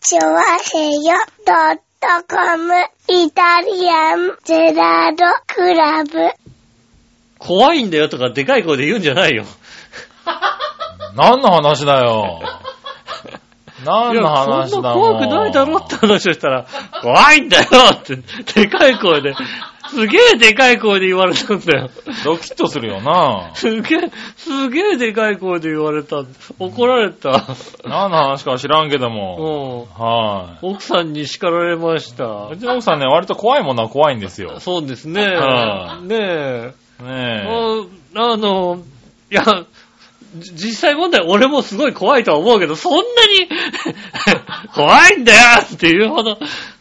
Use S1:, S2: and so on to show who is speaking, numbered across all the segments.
S1: チョワヘヨドットコムイタリアンゼラードクラブ。
S2: 怖いんだよとかでかい声で言うんじゃないよ。
S3: 何の話だ よ。何の話だ
S2: いやそんな
S3: よ。
S2: 怖くないだろって話をしたら、怖いんだよって、でかい声で、すげえでかい声で言われたんだよ。
S3: ドキッとするよな。
S2: すげえ、すげえでかい声で言われた。怒られた。
S3: 何の話か知らんけども。
S2: うん。
S3: は
S2: 奥さんに叱られました
S3: い。う。ちの奥さんね、割と怖いものは怖いんですよ。
S2: そうですね。
S3: はい
S2: ねえ。
S3: ね
S2: もうあの、いや、じ実際問題、俺もすごい怖いとは思うけど、そんなに 怖いんだよっていうほど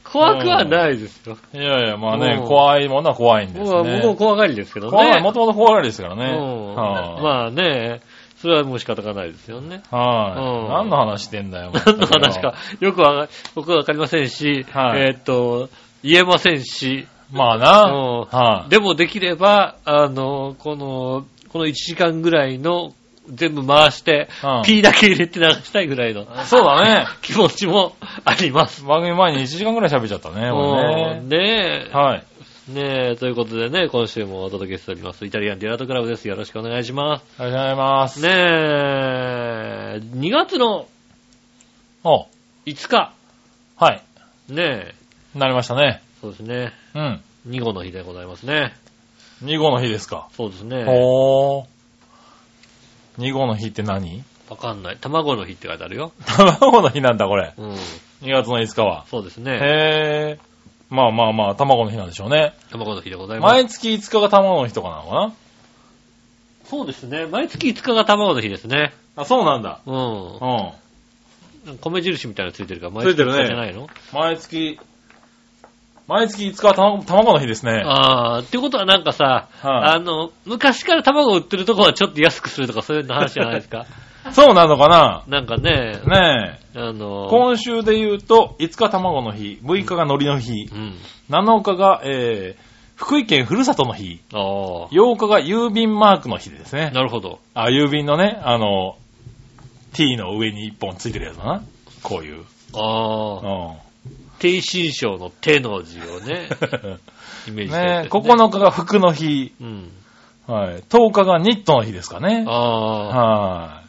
S2: 怖くはないですよ。
S3: え。いやいや、まあね
S2: う、ん
S3: 怖いものは怖いんです
S2: 僕は、僕も
S3: ね。
S2: 怖がりですけどね。
S3: 怖い、もともと怖いですから
S2: う
S3: ね。
S2: ん
S3: は
S2: まあね、それはもう仕方がないですよ ね。
S3: い。は
S2: うん
S3: い。何の話してん だよ。
S2: 何の話か。、よくわか、僕はわかりませんし、
S3: はい
S2: えーっと、言えませんし、
S3: まあ
S2: うん
S3: な。はい。
S2: でもできれば、あの、この、この1時間ぐらいの、全部回して、
S3: うん
S2: P だけ入れて流したいぐらいの
S3: そうだね。
S2: 気持ちもあります。
S3: 番組前に1時間ぐらい喋っちゃったね、俺
S2: うん
S3: ね。
S2: ねえ。
S3: はい。
S2: ねえ、ということでね、今週もお届けしております。イタリアンディラートクラブです。よろしくお願いしま。
S3: ありがとうございますす。
S2: ねえ、2月の
S3: お
S2: 5日。
S3: はい。
S2: ねえ、
S3: なりましたね。
S2: そうですね。
S3: うん。
S2: 2号の日でございますね。
S3: 2号の日ですか。
S2: そうですね。
S3: ほー。2号の日って何
S2: わかんない。卵の日って書いてあるよ。
S3: 卵の日なんだ、これ。
S2: うん。
S3: 2月の5日は。
S2: そうですね。
S3: へー。まあまあまあ、卵の日なんでしょうね。
S2: 卵の日でございます。
S3: 毎月5日が卵の日とかなのかな
S2: そうですね。毎月5日が卵の日ですね。
S3: あ、そうなんだ。
S2: うん
S3: う。ん。
S2: 米印みたいなのついてるから、毎
S3: つい
S2: 月
S3: てるね
S2: 5日じゃないの、
S3: 毎月、毎月5日は卵卵の日ですね。
S2: ああ、ってことはなんかさ、
S3: はい
S2: あの、昔から卵売ってるとこはちょっと安くするとかそういうの話じゃないです か。
S3: そうなのか
S2: なんかね、
S3: なねえ。
S2: あの、
S3: 今週で言うと、5日卵の日、6日が海苔の日
S2: う、ん。
S3: 7日が、えー、福井県ふるさとの日、
S2: あ
S3: 8日が郵便マークの日です
S2: あ、
S3: ね。
S2: なるほど。
S3: あ、郵便のね、あの、T の上に1本ついてるやつだな。こういう。う
S2: ああ、
S3: ん。
S2: 低心症の手の字を ね、イメージしてるやつ
S3: ね
S2: です
S3: 9日が服の日、
S2: うん。
S3: はい、10日がニットの日ですかね。
S2: ああ、
S3: は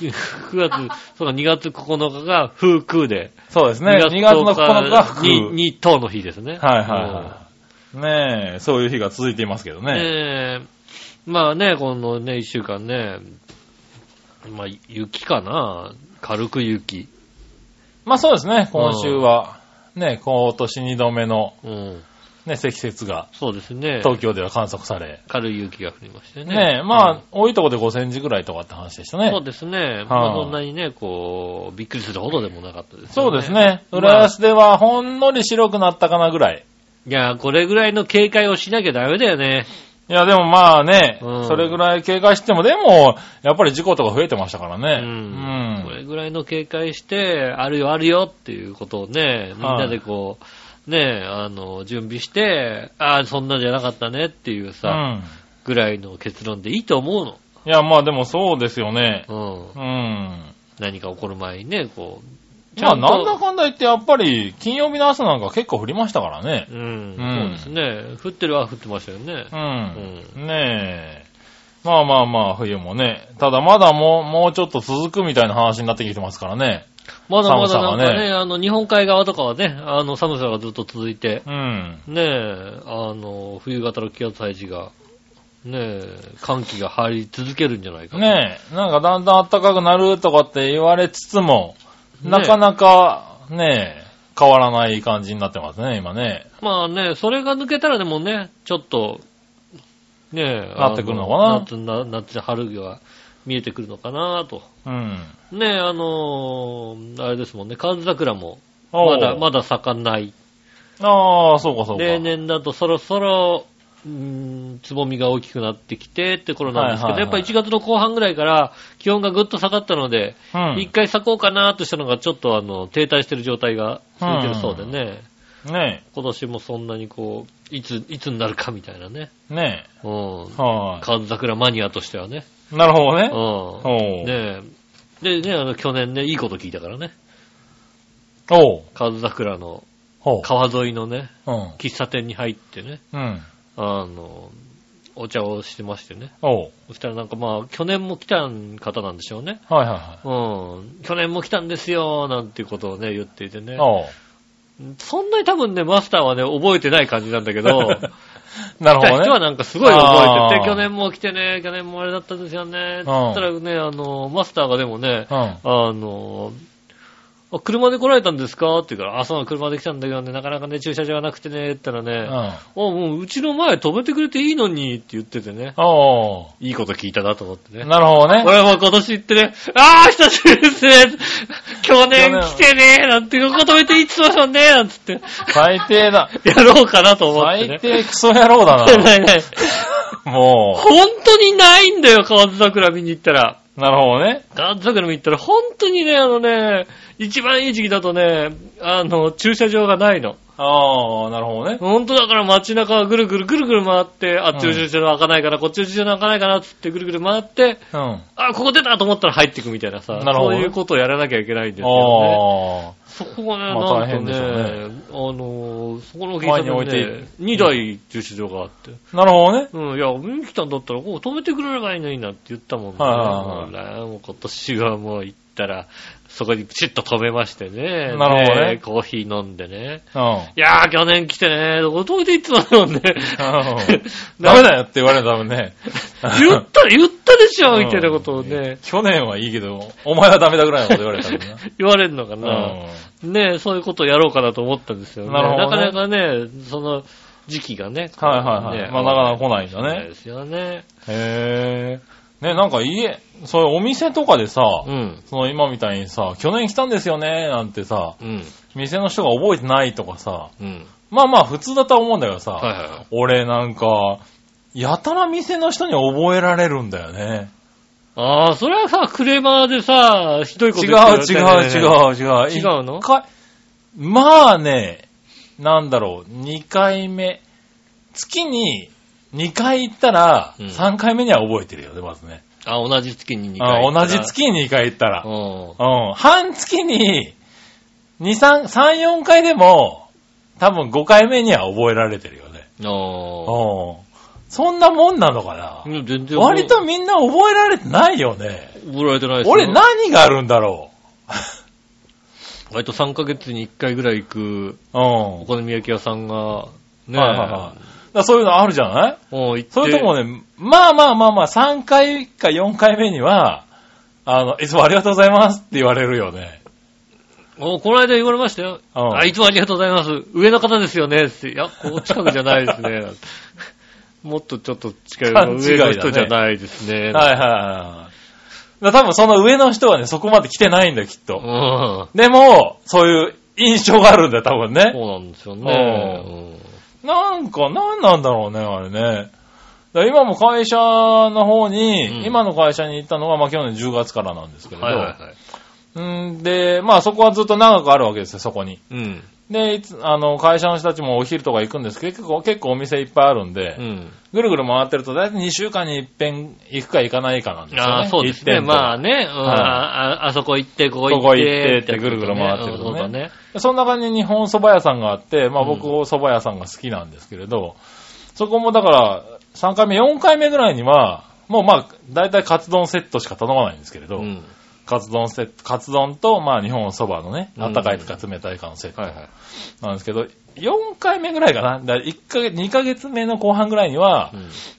S2: 9月、そうか、2月9日が風空で、
S3: い。そうですね。2月の9日が服。
S2: に、に等の日ですね。
S3: はいはい
S2: うん
S3: はい。ねえ、そういう日が続いていますけどね。
S2: ねえ、まあね、このね、一週間ね、まあ、雪かな軽く雪。
S3: まあそうですね、今週は、ね、今年2度目の、
S2: うん。
S3: ね、積雪が
S2: そうですね。
S3: 東京では観測され、
S2: 軽い雪が降りましてね。
S3: ねえ、まあ、多いとこで5センチぐらいとかって話でした
S2: うん、そう
S3: ね。
S2: ですね。まあ、そんなにね、こう、びっくりするほどでもなかったです、ね。
S3: そうです。ね。
S2: まあ
S3: 浦安ではほんのり白くなったかなぐらい。
S2: いや、これぐらいの警戒をしなきゃダメだよね。
S3: いや、でもまあね、
S2: うん
S3: それぐらい警戒しても、でも、やっぱり事故とか増えてましたから
S2: う
S3: ね。
S2: ん。これぐらいの警戒して、あるよあるよっていうことをね、みんなでこう、ねえ、あの、準備して、ああ、そんなじゃなかったねっていう
S3: う
S2: さ、
S3: ん。
S2: ぐらいの結論でいいと思う
S3: いや、まあでもそうですよね。
S2: の。うん。
S3: うん。
S2: 何か起こる前にね、こう。
S3: まあ、なんだ
S2: だ
S3: かんだ言って、やっぱり、金曜日の朝なんか結構降りましたからね
S2: う。ん、
S3: うん
S2: そうですね。降ってるは降ってましたよね
S3: う。ん。ねえ。まあまあまあ、冬もね。ただまだもう、もうちょっと続くみたいな話になってきてますからね。
S2: まだまだなん
S3: 寒
S2: か
S3: さが
S2: ね、
S3: ね
S2: あの、日本海側とかはね、あの、寒さがずっと続いて、
S3: うん。
S2: ねえ、あの、冬型の気圧配置が、ねえ、寒気が入り続けるんじゃないかな。
S3: ねえ、なんかだんだん暖かくなるとかって言われつつも、
S2: ね
S3: なかなかねえ、変わらない感じになってますね、今ね。
S2: まあね、それが抜けたらでもね、ちょっと、ねえ、
S3: なってくるのかな
S2: あの夏、夏、春が見えてくるのかなと。
S3: うん。
S2: ねえ、あのーあれですもんね、河津桜も、
S3: おう
S2: まだ、まだ咲かない。
S3: ああ、そうかそうか。
S2: 例年だとそろそろ、うーんつぼみが大きくなってきてって頃なんですけど、
S3: はいはいはい
S2: やっぱ1月の後半ぐらいから気温がぐっと下がったので、
S3: う
S2: 一、
S3: ん。
S2: 回咲こうかなとしたのがちょっとあの、停滞してる状態が続いてるそうでね、
S3: ね
S2: 今年もそんなにこう、いつ、いつになるかみたいなね。
S3: え、ね
S2: うん
S3: え。。は
S2: 河津桜マニアとしてはね。
S3: い。なるほどね。
S2: う
S3: お
S2: ん。
S3: う
S2: ねえ。でね、あの、去年ね、いいこと聞いたからね。
S3: おう。
S2: 河津桜の
S3: ほう。
S2: 川沿いのね、
S3: うん。
S2: 喫茶店に入ってね、
S3: うん。
S2: あの、お茶をしてましてね。
S3: おう。
S2: そしたらなんかまあ、去年も来た方なんでしょうね。
S3: はいは
S2: うん。去年も来たんですよ、なんていうことをね、言っていて
S3: いは
S2: ね
S3: い。。おう。
S2: そんなに多分ね、マスターはね、覚えてない感じなんだ けど、
S3: な
S2: 来
S3: る
S2: た
S3: ほ
S2: 人は
S3: どね。
S2: なんかすごい覚えて
S3: あー
S2: て、去年も来てね、去年もあれだったんですよね、って言ったらね、あの、マスターがでもね、
S3: うん。
S2: あの、あ車で来られたんですかって言うから、あ、そうなの、車で来たんだけどね、なかなかね、駐車場がなくてね、って言った
S3: う
S2: らね、
S3: ん。
S2: おもううちの前止めてくれていいのに、って言っててね、
S3: おう。
S2: いいこと聞いたなと思ってね。
S3: なるほどね。
S2: 俺はもう今年行ってね、あー久しぶりですね去年来てねなんて、ここ止めていつもよねなんつって、
S3: 最低だ。
S2: やろうかなと思って、ね
S3: 最。低クソ野郎だ
S2: な
S3: な。
S2: いない。
S3: も
S2: 本当にないんだよ、河津桜見に行ったら。
S3: う。なるほどね。
S2: 河津桜見に行ったら、本当にね、あのね、一番いい時期だとね、あの、駐車場がないの。
S3: ああ、なるほどね。
S2: 本当だから街中ぐるぐるぐるぐる回って、あっちの
S3: うん
S2: 駐車場開かないから、こっちの駐車場開かないかなっつってぐるぐる回って、
S3: うん。
S2: あ、ここ出たと思ったら入ってくみたいなさ、
S3: なるほど
S2: そういうことをやらなきゃいけないんですよね。
S3: ああ。
S2: そこがね、
S3: まあ
S2: なんとね、
S3: 大変
S2: あのー、そこのお
S3: 前
S2: 客
S3: に
S2: さん
S3: 置いて
S2: で、ね、2台駐車場があって。
S3: なるほどね。
S2: うん、いや、見に来たんだったら、こう止めてくれればいいのになって言ったもんね。
S3: はいはい
S2: もうねもう今年はもう行ったら、そこにピシッと止めましてね。
S3: なるほどね
S2: コーヒー飲んでね。
S3: うん。
S2: いやー、去年来てね、どこ止めていつもだもんね。。
S3: ダメだよって言われたらね
S2: 言った、言ったでしょ、
S3: うん
S2: みたいなことをね、
S3: 去年はいいけど、お前はダメだぐらいのこと言われたんだな。
S2: 言われるのか
S3: う
S2: な。
S3: ん。
S2: ねそういうことをやろうかなと思ったんですよね。
S3: なるほどね
S2: なかなかね、その時期がね。
S3: はいはいはい。まあなかなか来ないんだ
S2: ない
S3: ね。
S2: ですよね。
S3: へえ。ね、なんか家、そういうお店とかでさ、
S2: うん。
S3: その今みたいにさ、去年来たんですよね、なんてさ、
S2: うん。
S3: 店の人が覚えてないとかさ、
S2: うん。
S3: まあまあ普通だとは思うんだけどさ、
S2: はいはいはい。
S3: 俺なんか、やたら店の人に覚えられるんだよね。
S2: ああ、それはさ、クレーマーでさ、ひどいこ
S3: 違
S2: と
S3: う
S2: 言って
S3: 違
S2: る
S3: う
S2: わけ
S3: 違
S2: じゃないう
S3: 違う。
S2: 違うの
S3: 一回まあね、なんだろう、2回目。月に2回行ったら、
S2: うん
S3: 3回目には覚えてるよね、まずね。
S2: あ、同じ月に2回
S3: あ
S2: 行ったら。
S3: 同じ月に2回行ったら。
S2: うん。
S3: うん。半月に、2、3、3、4回でも、多分5回目には覚えられてるよね。
S2: あ
S3: うん。そんなもんなのかな
S2: あ。いや全然。
S3: 割とみんな覚えられてないよね。
S2: 覚えられてないですよ
S3: 俺何があるんだろ
S2: 割と3ヶ月に1回ぐらい行く、
S3: う。うん
S2: お。好み焼き屋さんが、ね。
S3: はいはいはい。だからそういうのあるじゃない
S2: もう行って。
S3: そういうとこもね、まあまあまあまあ、3回か4回目には、あの、いつもありがとうございますって言われるよね。
S2: おこの間言われましたよ。
S3: うん
S2: あ、いつもありがとうございます。上の方ですよね。っていや、ここ近くじゃないですね。 もっとちょっと近い。
S3: 勘違いだ
S2: 上
S3: ね
S2: の人じゃないですね。
S3: はいはいはい。だから多分その上の人はね、そこまで来てないんだよ、きっ
S2: うん。
S3: と。でも、そういう印象があるんだよ、多分ね。
S2: そうなんですよね。
S3: なんか、なんなんだろうね、あれね。だから今も会社の方に、
S2: うん
S3: 今の会社に行ったのが、まあ去年10月からなんですけ
S2: う
S3: れ
S2: ん
S3: ど、
S2: はいはいはい。
S3: うんで、まあそこはずっと長くあるわけですよ、そこに。
S2: うん。
S3: で、いつ、あの、会社の人たちもお昼とか行くんですけど、結構、結構お店いっぱいあるんで、
S2: うん。
S3: ぐるぐる回ってると、だいたい2週間に一遍行くか行かないかなんですよね。
S2: ああ、そうです
S3: 一
S2: ね。
S3: 点と
S2: まあね、うん
S3: はい
S2: ああそこ行って、ここ行って。
S3: ここ行ってってぐるぐる回ってる
S2: そ
S3: と
S2: う
S3: ね
S2: だね。
S3: その中に日本蕎麦屋さんがあって、まあ
S2: うん
S3: 僕、蕎麦屋さんが好きなんですけれど、そこもだから、3回目、4回目ぐらいには、もうまあ、だいたいカツ丼セットしか頼まないんですけれ
S2: う
S3: ど、
S2: ん。
S3: カツ丼セット、カツ丼と、まあ日本蕎麦のね、
S2: うん
S3: あったかいか冷たいかのセット
S2: はいはい。
S3: なんですけど、4回目ぐらいかな、だ1ヶ月、2ヶ月目の後半ぐらいには、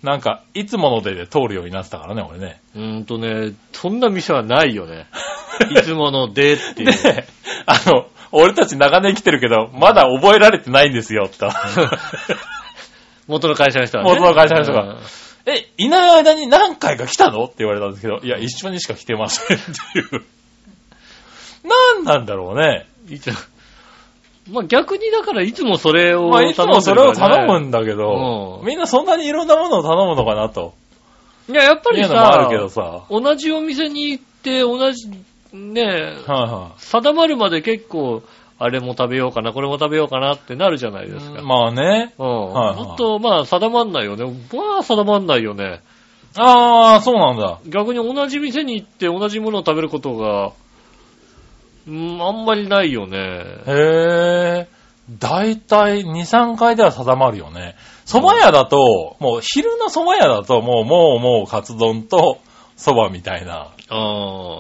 S3: なんか、いつものでで通るようになってたからね、俺ね。
S2: うん。うーんとね、そんな店はないよね。いつものでっていう。
S3: で、あの、俺たち長年来てるけど、まだ覚えられてないんですよ、 って言ったら
S2: 元の会社の人はね。
S3: 元の会社の人が
S2: うん。
S3: え、いない間に何回か来たのって言われたんですけど、いや、一緒にしか来てませんっていう。何なんだろうね。
S2: いつもまあ逆にだからいつもそれを
S3: まあ、いつもそれを頼むんだけ
S2: う
S3: ど
S2: ん、
S3: みんなそんなにいろんなものを頼むのかなと。
S2: いや、やっぱ
S3: い
S2: り
S3: うのもあ
S2: さ
S3: るけ、どさ。はい
S2: 同じお店に行って、同じ、ね、
S3: は
S2: 定まるまで結構、あれも食べようかな、これも食べようかなってなるじゃないですか。
S3: い。まあね。
S2: うん。
S3: はいはい
S2: もっと、まあ、定まんないよね。まあ、定まんないよね。
S3: ああ、そうなんだ。
S2: 逆に同じ店に行って同じものを食べることが、うん、あんまりないよね。
S3: へえ。だいたい2、3回では定まるよね。蕎麦屋だと、もう昼の蕎麦屋だと、もうもうもうカツ丼と蕎麦みたいな。
S2: あ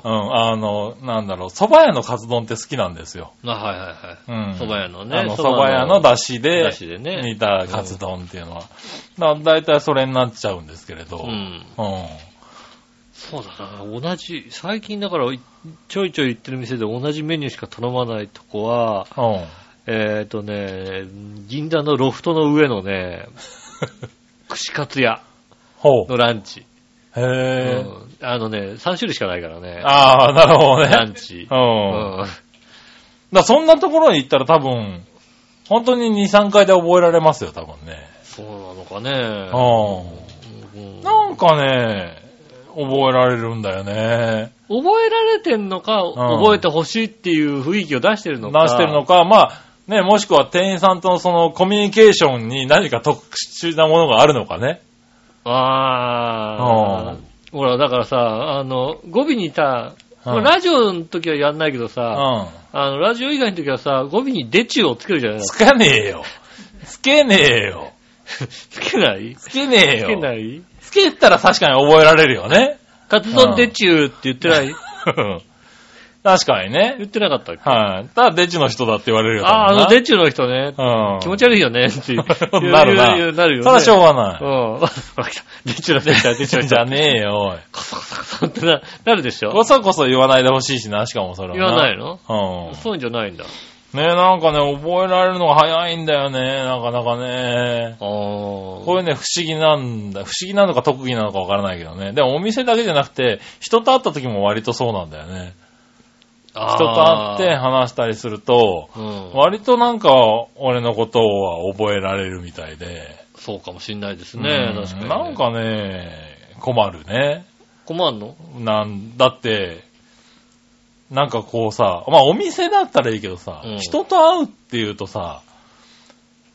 S3: うん、あの、なんだろう、蕎麦屋のカツ丼って好きなんですよ。
S2: あ。まあ、はいはいはい。
S3: うん。
S2: 蕎麦屋の
S3: あ
S2: ね。
S3: の、蕎麦屋の出汁で
S2: 出、汁でね
S3: 煮たカツ丼っていうのは。だだいたいそれになっちゃうんですけれど。
S2: う。ん。
S3: うん。
S2: そうだな。同じ、最近だから、いちょいちょい行ってる店で同じメニューしか頼まないとこは、
S3: うん。
S2: えっ、ー、とね、銀座のロフトの上のね、 串カツ屋
S3: ほう。
S2: のランチ。
S3: へ
S2: うん、
S3: え。
S2: あのね、3種類しかないからね。
S3: ああ、なるほど
S2: ラ
S3: ね
S2: ン。チ
S3: う。。
S2: うん
S3: だからそんなところに行ったら多分、本当に2、3回で覚えられますよ、多分ね。
S2: そうなのかね。
S3: う
S2: うん
S3: ん。なんかね、覚えられるんだよね。
S2: 覚えられてんのか、覚えてほしいっていう雰囲気を出してるのか。
S3: 出してるのか、まあ、ね、もしくは店員さんとのそのコミュニケーションに何か特殊なものがあるのかね。
S2: ああ
S3: う。
S2: ほら、だからさ、あの、語尾にさ、
S3: うん
S2: これラジオの時はやんないけど
S3: う
S2: さ、
S3: ん。
S2: あの、ラジオ以外の時はさ、語尾にデチューをつけるじゃ ない
S3: つかねえよ。つけねえよ。
S2: つけない
S3: つけねえ
S2: つ
S3: よ。
S2: けない
S3: つけたら確かに覚えられるよね。
S2: カツ丼デチューって言ってない
S3: 確かにね。
S2: 言ってなかったっけ
S3: はい、ただ、デチの人だって言われるよ。
S2: ああー、あの、
S3: チ
S2: デチューの人ね。
S3: うん。
S2: 気持ち悪いよねっていう。
S3: なるな
S2: 言う言う言うなるよね。
S3: それはしょうが
S2: うん。
S3: ない。
S2: わかった。デチューの人来た、デチュ ーの人
S3: じゃねえよ、おい。
S2: カサカサカサってな、なるでしょ
S3: こそこそ言わないでほしいしな、しかもそれは。
S2: 言わない。の
S3: う
S2: そういうんじゃないんだ。
S3: ん。ねえ、なんかね、覚えられるのが早いんだよね、なかなかね。
S2: ああ。
S3: こういうね、不思議なんだ。不思議なのか特技なのかわからないけどね。でもお店だけじゃなくて、人と会った時も割とそうなんだよね。人と会って話したりすると、
S2: うん。
S3: 割となんか俺のことは覚えられるみたいで。
S2: そうかもしんないですね。
S3: うん
S2: 確かにね。
S3: なんかね、困るね。
S2: 困んの
S3: なんだって、なんかこうさ、まあお店だったらいいけどさ、
S2: うん
S3: 人と会うっていうとさ、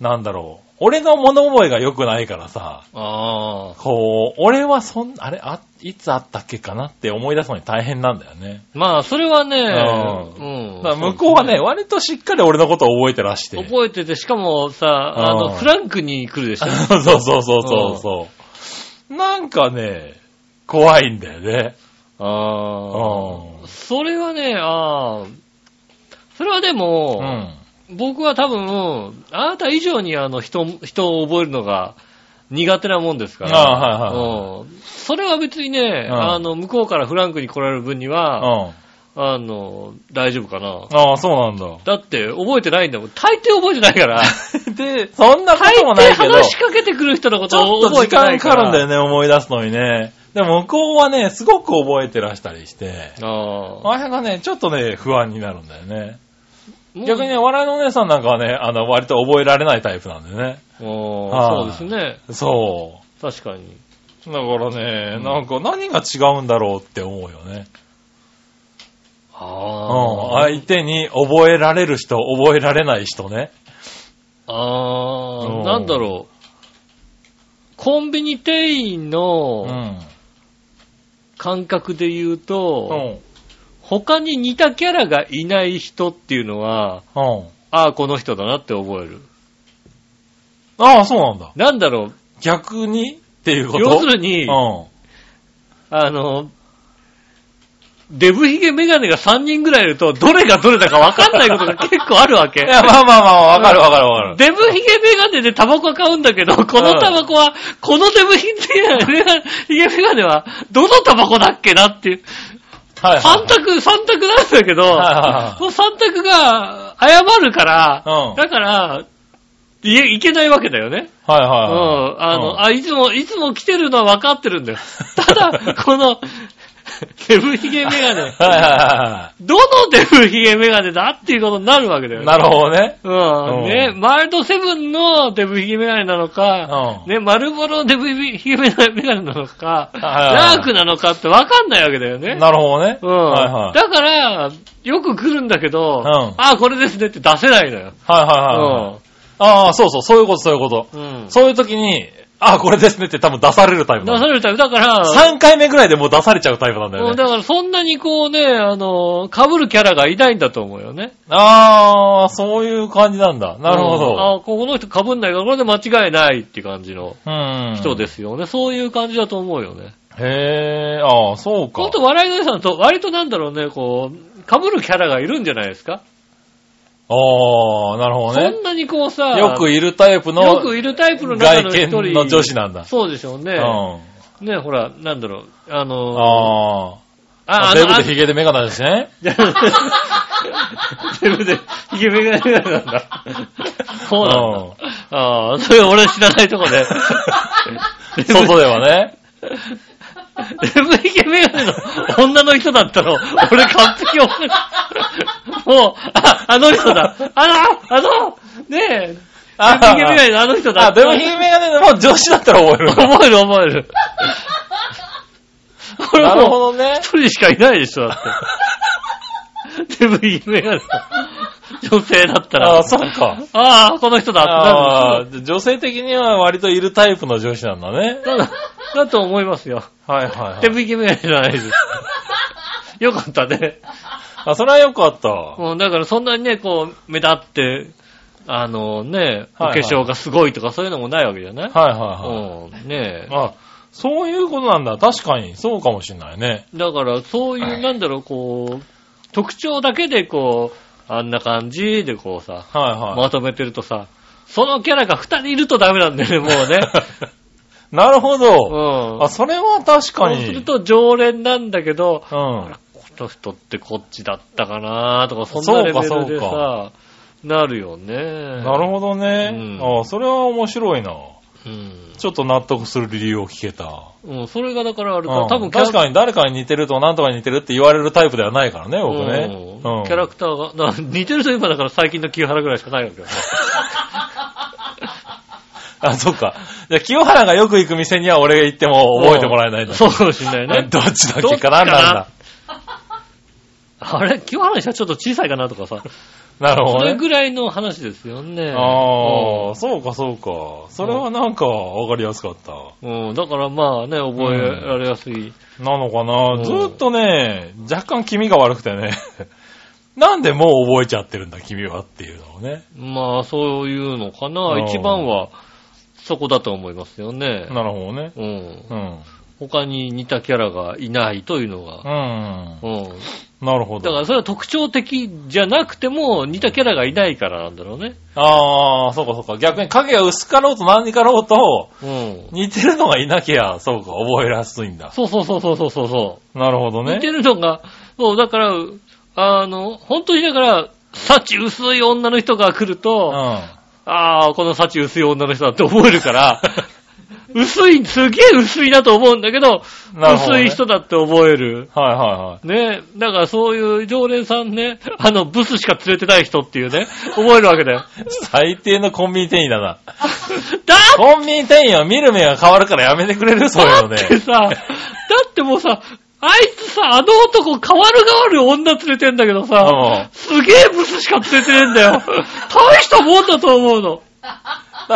S3: なんだろう、俺の物覚えが良くないからさ、
S2: ああ。
S3: こう、俺はそん、あれ、あ、いつ会ったっけかなって思い出すのに大変なんだよね。
S2: まあ、それはね、
S3: う
S2: うん。
S3: だから向こうはね、割としっかり俺のことを覚えてらして。
S2: 覚えてて、しかもさ、あの、
S3: うん
S2: フランクに来るでしょ。
S3: そうそうそうそうそう。なんかね、怖いんだよね。
S2: あ
S3: う
S2: あ。それはね、ああ。それはで
S3: う
S2: も、
S3: ん。
S2: 僕は多分、あなた以上にあの、人、人を覚えるのが苦手なもんですから。
S3: ああはいはい
S2: うん。それは別にね、
S3: うん
S2: あの、向こうからフランクに来られる分には、
S3: うん。
S2: あの、大丈夫かな。
S3: ああ、そうなんだ。
S2: だって、覚えてないんだもん。大抵覚えてないから。
S3: で、 そんなこ
S2: 大
S3: ともない
S2: 抵
S3: けど、
S2: 話しかけてくる人のこ
S3: ちょ
S2: とを
S3: っと
S2: 覚え
S3: 時
S2: てな
S3: 間
S2: い
S3: か
S2: から。
S3: かるんだよね、思い出すのにね。でも向こうはね、すごく覚えてらしたりして、
S2: ああ。
S3: あれがね、ちょっとね、不安になるんだよね。逆に
S2: ね
S3: ね、笑いのお姉さんなんかはね、あの、割と覚えられないタイプなんでね。
S2: そうですね。
S3: そ
S2: 確かに。
S3: う。だからね、
S2: うん
S3: なんか何が違うんだろうって思うよね。うん。
S2: ああ。
S3: 相手に覚えられる人、覚えられない人ね。
S2: あ
S3: う
S2: あ、
S3: ん
S2: なんだろう。コンビニ店員
S3: う
S2: の
S3: ん。
S2: 感覚で言う
S3: う
S2: と、
S3: ん。
S2: 他に似たキャラがいない人っていうのは、
S3: うん。
S2: ああ、この人だなって覚える。
S3: ああ、そうなんだ。
S2: なんだろ
S3: 逆にっていうこ
S2: う、
S3: と
S2: 要するに、
S3: うん。
S2: あの、デブヒゲメガネが3人ぐらいいると、どれがどれだか分かんないこと が結構あるわけ
S3: い。や、まあまあまあ、わかるわかるわかる。
S2: デブヒゲメガネでタバコ買うんだけど、このタバコは、このデブヒゲメガネは、どのタバコだっけなっていう。
S3: はいはいは
S2: 三
S3: い
S2: 択、三択なんだけど、
S3: はいはいはい
S2: その三択が謝るから、
S3: うん
S2: だから、いえいけないわけだよね。
S3: はい
S2: う
S3: はいはい。
S2: ん。あの、
S3: うん
S2: あ、いつも、いつも来てるのは分かってるんだよ。ただ、この、デブヒゲメガネ、
S3: はいはいは
S2: どのデブヒゲメガネだっていうことになるわけだ
S3: い
S2: よ
S3: は
S2: ね
S3: い。。なるほどね。
S2: うん。ね、
S3: う
S2: マイルドセブンのデブヒゲメガネなのか、
S3: うん
S2: ね、丸ボロデブヒゲメガネなのか、
S3: はいはい
S2: ダークなのかってわかんないわけだよね。
S3: なるほどね。
S2: うん。
S3: はいはい。
S2: だから、よく来るんだけど、
S3: ん
S2: ああ、これですねって出せないのよ。
S3: はいはいはいはい。ああ、そうそう、そういうこと、そういうこと。
S2: うん。うん。
S3: そういう時に、あ、これですねって多分出されるタイプ
S2: 出
S3: な
S2: さ
S3: の。
S2: れるタイプ。だから、
S3: 3回目ぐらいでもう出されちゃうタイプなんだ
S2: も
S3: よ
S2: う
S3: ね。
S2: だからそんなにこうね、あの、被るキャラがいないんだと思うよね。
S3: あー、そういう感じなんだ。なるほ
S2: うんあ
S3: ど。
S2: あ、ここの人被んないから、これで間違いないって感じの
S3: うん。
S2: 人ですよね。そういう感じだと思うよね。
S3: へー、あー、そうか
S2: ほん。と、笑いのりさんと、割となんだろうね、こう、被るキャラがいるんじゃないですか、
S3: あー、なるほど
S2: そ
S3: ね。
S2: んなにこうさ、
S3: よく
S2: よ
S3: いるタイ
S2: く
S3: プの
S2: いる、
S3: 外
S2: タイプの中の一
S3: 見
S2: 人。
S3: の女子なんだ。
S2: そうでしょう
S3: う
S2: ね
S3: ん。。
S2: ね、ほら、なんだろう、あの
S3: あ
S2: ー、あ
S3: ー。
S2: あの
S3: デブでヒゲでメガネですね。
S2: デブで、イケメンがいるなんだ。そうなんだ。ああ、それ俺知らないとこで。
S3: 外ではね。
S2: デブイケメガネの女の人だったの。俺完璧思う。もう、あ、あの人だ。あの、あの、ねえ、
S3: あ
S2: デブイケメガネのあの人だ。
S3: あ、デブヒゲメガネの女子だったら覚えるんだ。
S2: 思える思える。俺
S3: なる
S2: もう
S3: ほどね
S2: 一。人しかいないでしょ、だっ て。デブイケメガネの女性だったら。
S3: あー、そうか。
S2: ああ、この人だってな
S3: あ
S2: る
S3: ー女性的には割といるタイプの女子なんだね。
S2: だだだと思いますよ。
S3: はいはい、は
S2: テ
S3: い。
S2: ブイケメガネじゃないです。よかったね。
S3: あ、それはよかった。は
S2: もうだからそんなにね、こう、目立って、あのね、お化
S3: はいはい
S2: 粧がすごいとかそういうのもないわけじゃない
S3: いはいはい。
S2: うん、ねえ。
S3: あ、そういうことなんだ。確かに、そうかもしれないね。
S2: だからそういう、なんだろう、こう、特徴だけでこう、あんな感じでこうさ、
S3: はいはい。
S2: まとめてるとさ、そのキャラが二人いるとダメなんだよね、もうね。
S3: なるほど。
S2: うん。
S3: あ、 それは確か
S2: そうする
S3: に。
S2: と常連なんだけど、
S3: うん。
S2: この人ってこっちだったかなとか、そんなレベルで
S3: そうかそう
S2: さ、なるよね。
S3: なるほどね。
S2: うん
S3: あ、それは面白いな。
S2: うん。
S3: ちょっと納得する理由を聞けた。
S2: うん、それがだからあるか
S3: う
S2: ら、
S3: ん
S2: 多分キャラ
S3: 確かに誰かに似てるとなんとかに似てるって言われるタイプではないからね、僕ね。
S2: うん
S3: うん
S2: キャラクターが、な似てるといえばだから最近の清原ぐらいしかないわけよね。
S3: あ、そっか。じゃあ清原がよく行く店には俺が行っても覚えても らえないんだ。
S2: そうかもしんないね。
S3: どっちだっけかな
S2: どっちかな
S3: なんだ。
S2: あれ清原にしてはちょっと小さいかなとかさ、
S3: なるほ
S2: そ
S3: ど
S2: れ
S3: ね。
S2: ぐらいの話ですよね。
S3: ああ、そうかそうか。それはなんかわかりやすかった。
S2: うん。うん、だからまあね、覚えられやすい。
S3: なのか
S2: う
S3: な、
S2: ん
S3: ずっとね、若干気味が悪くてね。 なんでもう覚えちゃってるんだ、君はっていうのをね。
S2: まあ、そういうのか
S3: う
S2: な。
S3: ん
S2: 一番は、そこだと思いますよね。
S3: なるほどね。
S2: うん。
S3: うん。
S2: 他に似たキャラがいないというの
S3: う
S2: が。
S3: ん。
S2: うん。
S3: なるほ
S2: だか
S3: ど。
S2: らそれは特徴的じゃなくても似たキャラがいないからなんだろうね。
S3: ああ、そうかそうか。逆に影が薄かろうと何かろうと、
S2: うん。
S3: 似てるのがいなきゃ、そうか、覚えやすいんだ。
S2: そうそうそうそうそうそうそ
S3: なるほど
S2: う、
S3: ね
S2: 似。てるのが、そう、だから、あの、本当にだから、幸薄い女の人が来る
S3: う
S2: と、
S3: ん。
S2: ああ、この幸薄い女の人だって覚える から、薄い、すげえ薄いなと思うんだけど、
S3: なるほどね
S2: 薄い人だって覚える。
S3: はいは
S2: ねだからそういう常連さんね、あの、ブスしか連れてない人っていうね、覚えるわけだ よ。
S3: いはい。最低のコンビニ店員だな。
S2: だ
S3: コンビニ店員は見る目が変わるからやめてくれるそういうのね。
S2: だってさ、だってもうさ、あいつさ、あの男、変わる変わる女連れてんだけど
S3: う
S2: さ
S3: ん、
S2: すげえブスしか連れてねえんだよ。大したもんだと思うの。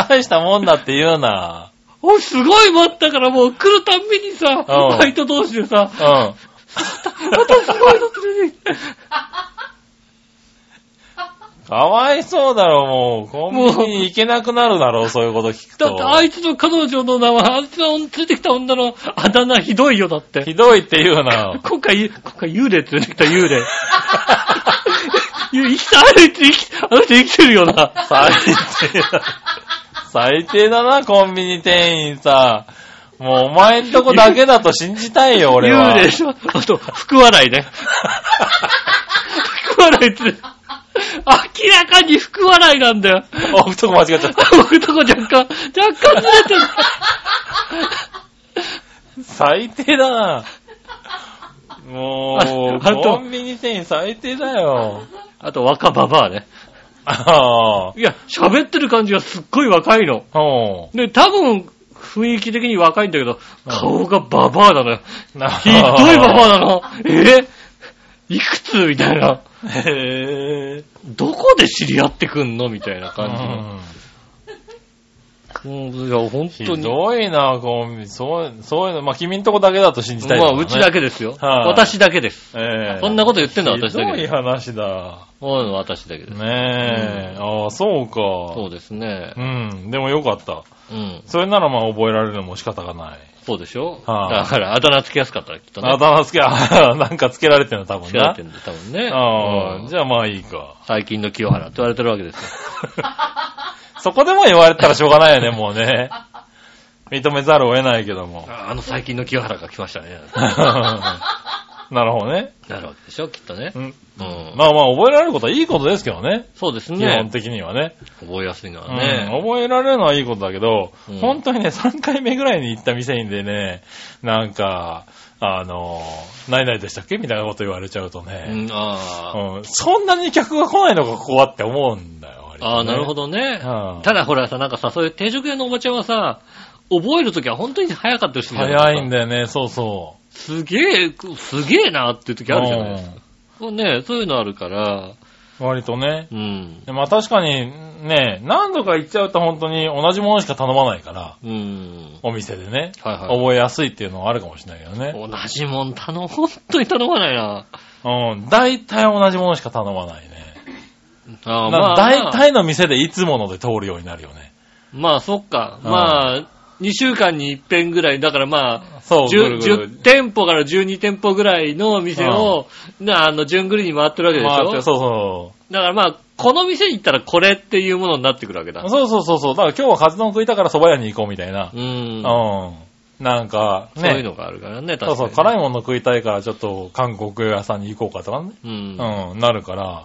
S3: 大したもんだって言うな。
S2: おい、すごい待ったからもう来るたんびにさ、
S3: うん
S2: バイト同士でさ、
S3: うん。あ
S2: またすごいの連れてきて、
S3: かわいそうだろ、もう。コンビニ行けなくなるだろう、そういうこと聞く
S2: だ
S3: と
S2: って。あいつの彼女の名前、あいつの連れてきた女のあだ名ひどいよだって。
S3: ひどいって言うな。
S2: 今回、今回幽霊連れてきた幽 霊。生きた、あの人生き、あの人生きてるよな。
S3: 最低だ。最低だな、コンビニ店員さ。もうお前んとこだけだと信じたい よ、俺は。
S2: 幽霊でしょあと、福笑 いね。福笑いって、明らかに福笑いなんだよ。
S3: お、とこ間違っちゃった。
S2: 僕とこ若干、若干ずれてる。
S3: 最低だな。もう、
S2: ああと
S3: コンビニ店員最低だよ。
S2: あと、若ババアね。
S3: ああ。
S2: いや、喋ってる感じがすっごい若いの。
S3: う
S2: で、多分、雰囲気的に若いんだけど、顔がババアなの よ。
S3: ん。な
S2: ひどいババアなの。えいくつみたいな。
S3: へぇ
S2: どこで知り合ってくんのみたいな感じの。
S3: ー。
S2: うん、いや、本
S3: ひ
S2: 当に。
S3: どいな、こう、そう、そういうの、まあ、君んとこだけだと信じたいけ
S2: ま
S3: ど
S2: あ、
S3: ね
S2: うちだけですよ。
S3: はい
S2: 私だけです。
S3: ええ
S2: こんなこと言ってんのは私だけ
S3: ひど
S2: で
S3: い
S2: す。
S3: 話だ。
S2: そういうのは私だけです。
S3: ねえ。ああ、そうか。
S2: そうですね。
S3: うん、でもよかった。
S2: うん。
S3: それならまあ覚えられるのも仕方がない。
S2: そうでしょ
S3: は
S2: だ
S3: い
S2: から、あだ名つけやすかったらきっとね。
S3: あだ名つけ、 あなんかつけられてるの多
S2: つ
S3: 分
S2: けられ
S3: な
S2: て。んだ、多分ね。
S3: あ
S2: う
S3: あ、
S2: ん
S3: じゃあまあいいか。
S2: 最近の清原って言われてるわけですよ。
S3: そこでも言われたらしょうがないよね、もうね。認めざるを得ないけども。
S2: ああの最近の清原が来ましたね。
S3: なるほどね。
S2: なるわけでしょ、きっとね。
S3: うん
S2: うん。
S3: まあまあ覚えられることはいいことですけどね。
S2: そうです
S3: 基本
S2: ね。
S3: 的にはね。
S2: 覚えやすいのは
S3: うん
S2: ね。
S3: 覚えられるのはいいことだけど、
S2: うん
S3: 本当にね、3回目ぐらいに行った店にでね、なんか、あの、何々でしたっけみたいなこと言われちゃうと
S2: う
S3: ね、
S2: ん、あ
S3: うんそんなに客が来ないのか、ここはって思うんだよ、割
S2: あ。
S3: と
S2: ああ、
S3: ね
S2: なるほ。どね。
S3: うん
S2: ただほらさ、なんかさ、そういう定食屋のおばちゃんはさ、覚えるときは本当に早かったりするじゃな
S3: 早いん
S2: だ。
S3: だよね、そうそ
S2: すげえ、すげえなっていうとき
S3: う。
S2: あるじゃないですか。
S3: うん
S2: そうね、そういうのあるから、
S3: 割とね。
S2: うん。
S3: まあ確かにね、何度か行っちゃうと本当に同じものしか頼まないから、
S2: うん。
S3: お店でね、
S2: はいはい。
S3: 覚えやすいっていうのはあるかもしれないけどね。
S2: 同じもん頼む、本当に頼まないな。
S3: うん、大体同じものしか頼まないね。
S2: ああ、ま
S3: な
S2: あ、
S3: 大体の店でいつもので通るようになるよね。
S2: まあ、そっか。
S3: うん
S2: まあ、2週間に一遍ぐらい、だからまあ、
S3: そう、ぐる
S2: 10,
S3: ぐる
S2: 10店舗から12店舗ぐらいの店を、なあの、順繰りに回ってるわけでし
S3: 回っ
S2: ょ。
S3: て、そうそ
S2: だからまあ、この店に行ったらこれっていうものになってくるわけだ
S3: う。。そうそうそうそう。だから今日はカツ丼食いたから蕎麦屋に行こうみたいな
S2: う。ん。
S3: うん。なんか、
S2: そういう
S3: ね。
S2: のがあるからね、確か
S3: そう
S2: に。
S3: そう、辛いもの食いたいからちょっと韓国屋さんに行こうかとかね。
S2: うん。
S3: うん、なるから。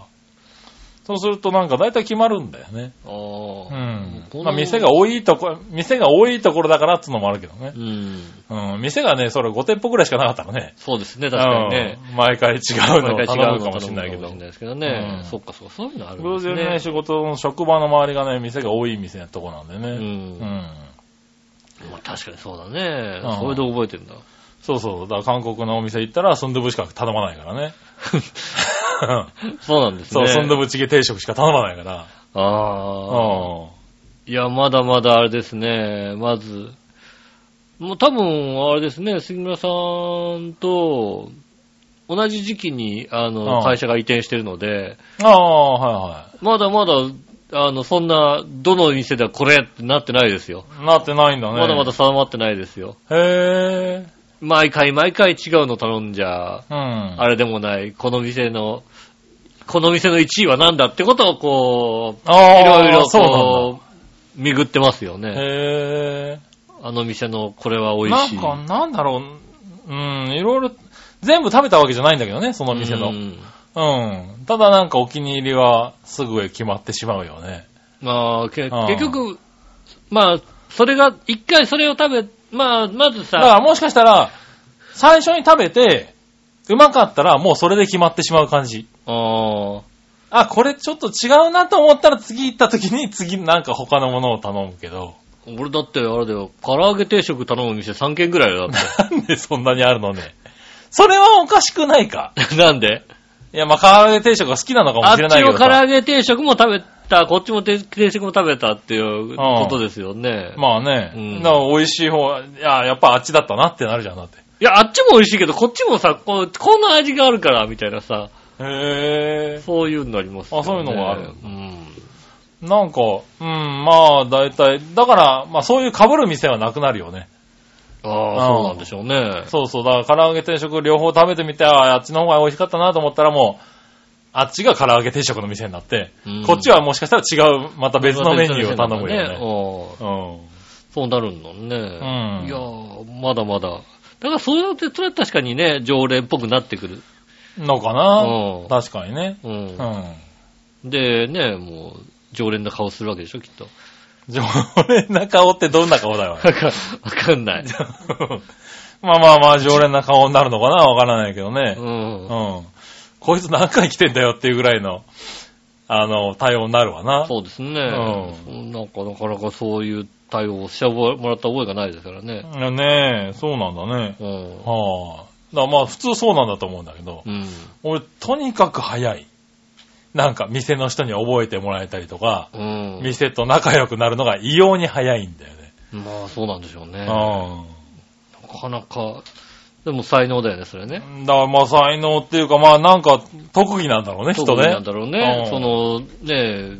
S3: そうするとなんか大体決まるんだよね。
S2: お
S3: う
S2: ー
S3: ん
S2: こ。の
S3: まあ店が多いとこ、店が多いところだからっつうのもあるけどね
S2: う。ん。
S3: うん。店がね、それ5店舗ぐらいしかなかったらね。
S2: そうですね、確かにね。
S3: うん。毎回違うのを
S2: 毎回
S3: 頼むかもしれないけ
S2: 頼むかもしれ。
S3: ど
S2: ないですけどね。
S3: うん
S2: そっかそう、そういうのあるん
S3: 偶然ね、
S2: ですね。
S3: 仕事の職場の周りがね、店が多い店のとこなんで
S2: う
S3: ね。うん。
S2: ん。まあ確かにそうだね
S3: うん。
S2: それで覚えてるんだ。
S3: そうそう。だから韓国のお店行ったら、スンドゥブしか頼まないからね。
S2: そうなんです
S3: そう、
S2: ね。
S3: スンドゥブチゲ定食しか頼まないから。
S2: ああ。
S3: うん。
S2: いや、まだまだあれですね。まず。もう多分、あれですね、杉村さんと、同じ時期に、あ
S3: う
S2: の、
S3: ん
S2: 会社が移転してるので、
S3: ああ、は
S2: まだまだ、あの、そんな、どの店ではこれってなってないですよ。
S3: いはい。なってないんだね。
S2: まだまだ。定まってないですよ。
S3: へえ。
S2: 毎回毎回違うの頼んじゃ、
S3: うん。
S2: あれでもない、この店の、この店の1位は何だってことをこ
S3: ああ
S2: う、いろいろ
S3: そ
S2: こう、巡ってますよ
S3: うな
S2: ね。
S3: んだ。へ
S2: あの店のこれは
S3: え。
S2: 美
S3: な
S2: 味し
S3: ん
S2: い。
S3: か、なんだろう。うん、いろいろ、全部食べたわけじゃないんだけどね、その店
S2: う
S3: の。うんん。ただなんかお気に入りはすぐ決まってしまうよね。
S2: まあ、け
S3: ああ
S2: 結局、まあ、それが、一回それを食べ、まあ、まず
S3: だか
S2: さ、
S3: らもしかしたら、最初に食べて、うまかったらもうそれで決まってしまう感じ。
S2: あー
S3: あ、これちょっと違うなと思ったら次行った時に 次なんか他のものを頼むけど。
S2: 俺だってあれだよ、唐揚げ定食頼む店3軒ぐらいだよだ っ
S3: なんでそんなにあるのね。それはおかしくないか。
S2: て。なんで
S3: いや、まあ、唐揚げ定食が好きなのかも
S2: あっ
S3: しれない
S2: ち
S3: け
S2: の
S3: ど
S2: 唐揚
S3: さ。
S2: げ定食も食べた、こっちも定定食も食べたっていうことですよね。
S3: まあね、
S2: うん
S3: だから美味しい方、いや、やっぱあっちだったなってなるじゃん、だって。
S2: いや、あっちも美味しいけど、こっちもさ、こうこんな味があるから、みたいなさ、
S3: へえ。
S2: そういうのありますよね。
S3: あそういうのがある
S2: うん。
S3: なんか、うん、まあ、大体、だから、まあ、そういう被る店はなくなるよね。
S2: ああ、
S3: うん
S2: そうなんでしょうね。
S3: そうそう、だから唐揚げ定食両方食べてみて、ああっちの方が美味しかったなと思ったらもう、あっちが唐揚げ定食の店になって、
S2: うん
S3: こっちはもしかしたら違う、また別のメニューを頼むよね。
S2: ね。
S3: う
S2: そうなるのね。
S3: うん
S2: いやーまだまだ。だから、そうやって、それは確かにね、常連っぽくなってくる。
S3: ん。のか
S2: うん
S3: な確かにね。
S2: う。
S3: うんん。
S2: で、ね、もう、常連な顔するわけでしょ、きっと。
S3: 常連な顔ってどんな顔だよ。
S2: わかわかんない。
S3: まあまあまあ、常連な顔になるのかなわからないけど
S2: う。
S3: ね。うんん。こいつ何回来てんだよっていうぐらいの、あの、対応になるわな。
S2: そうですね。
S3: う
S2: なんか、なかなかそういう対応をしてもらった覚えがないですからね。
S3: いやねえ、そうなんだね。
S2: うん。
S3: はあ。だからまあ普通そうなんだと思うんだけど、
S2: うん。
S3: 俺とにかく早い。なんか店の人に覚えてもらえたりとか、
S2: うん。
S3: 店と仲良くなるのが異様に早いんだよね。
S2: まあ、そうなんでしょうね。な
S3: う
S2: かなか、でも才能だよね、それね。
S3: ん。だからまあ才能っていうかまあなんか特技なんだろうね、人
S2: 特技な
S3: ね
S2: ん。だろうね
S3: う。ん
S2: その、ねえ、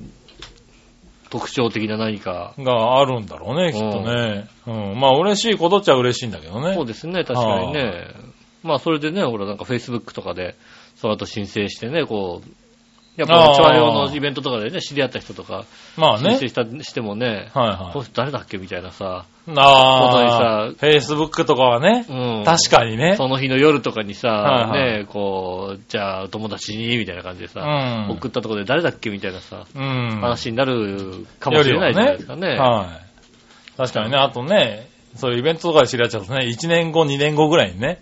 S2: 特徴的な何か。
S3: があるんだろうね、きっとね。うん。まあ嬉しいことっちゃ嬉しいんだけどね。
S2: そうですね、確かにね。まあ、それでね、ほら、なんか Facebook とかで、その後申請してね、こう、やっぱ、
S3: あー
S2: 調和用のイベントとかでね、知り合った人とか、
S3: まあ
S2: 申
S3: ね。
S2: 請した、してもね、
S3: はい
S2: この
S3: は
S2: 人誰だっけみたいなさ、
S3: い。ああ、
S2: 本
S3: Facebook とかはね、
S2: うん。
S3: 確かにね。
S2: その日の夜とかにさ、
S3: はいはい
S2: ね、こう、じゃあ友達に、みたいな感じで
S3: う
S2: さ、
S3: ん。
S2: 送ったところで誰だっけみたいなさ、
S3: うん。
S2: 話になるかもしれないじゃないですかね。
S3: はい。確かにね、あとね、そういうイベントとかで知り合っちゃうとね、1年後、2年後ぐらいにね、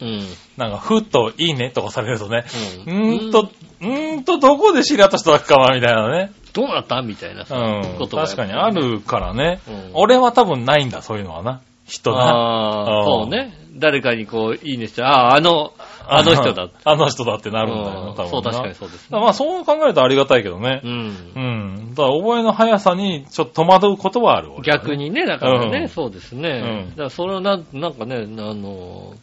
S3: なんか、ふっといいねとかされるとね、う
S2: うん。
S3: ーんと、うーんと、どこで知り合った人だっけかな、みたいなね。
S2: どうなったみたいなさ、
S3: う
S2: こ
S3: ん。
S2: とが
S3: 確かにあるからね。
S2: うん
S3: 俺は多分ないんだ、そういうのはな。人な。
S2: ああ、
S3: うん
S2: そうね。誰かにこう、いいねして、ああ、あの、あの人だって。
S3: あの人だってな
S2: あ
S3: るんだよな、多分な。
S2: そう、確かにそうです
S3: だから
S2: ね。
S3: まあ、そう考えるとありがたいけどね
S2: う。ん
S3: う。ん。だから、覚えの速さに、ちょっと戸惑うことはある。俺はね
S2: 逆。にね、だからね、
S3: うん
S2: そうですね。
S3: うん
S2: だからそれをなんなんかね、あの、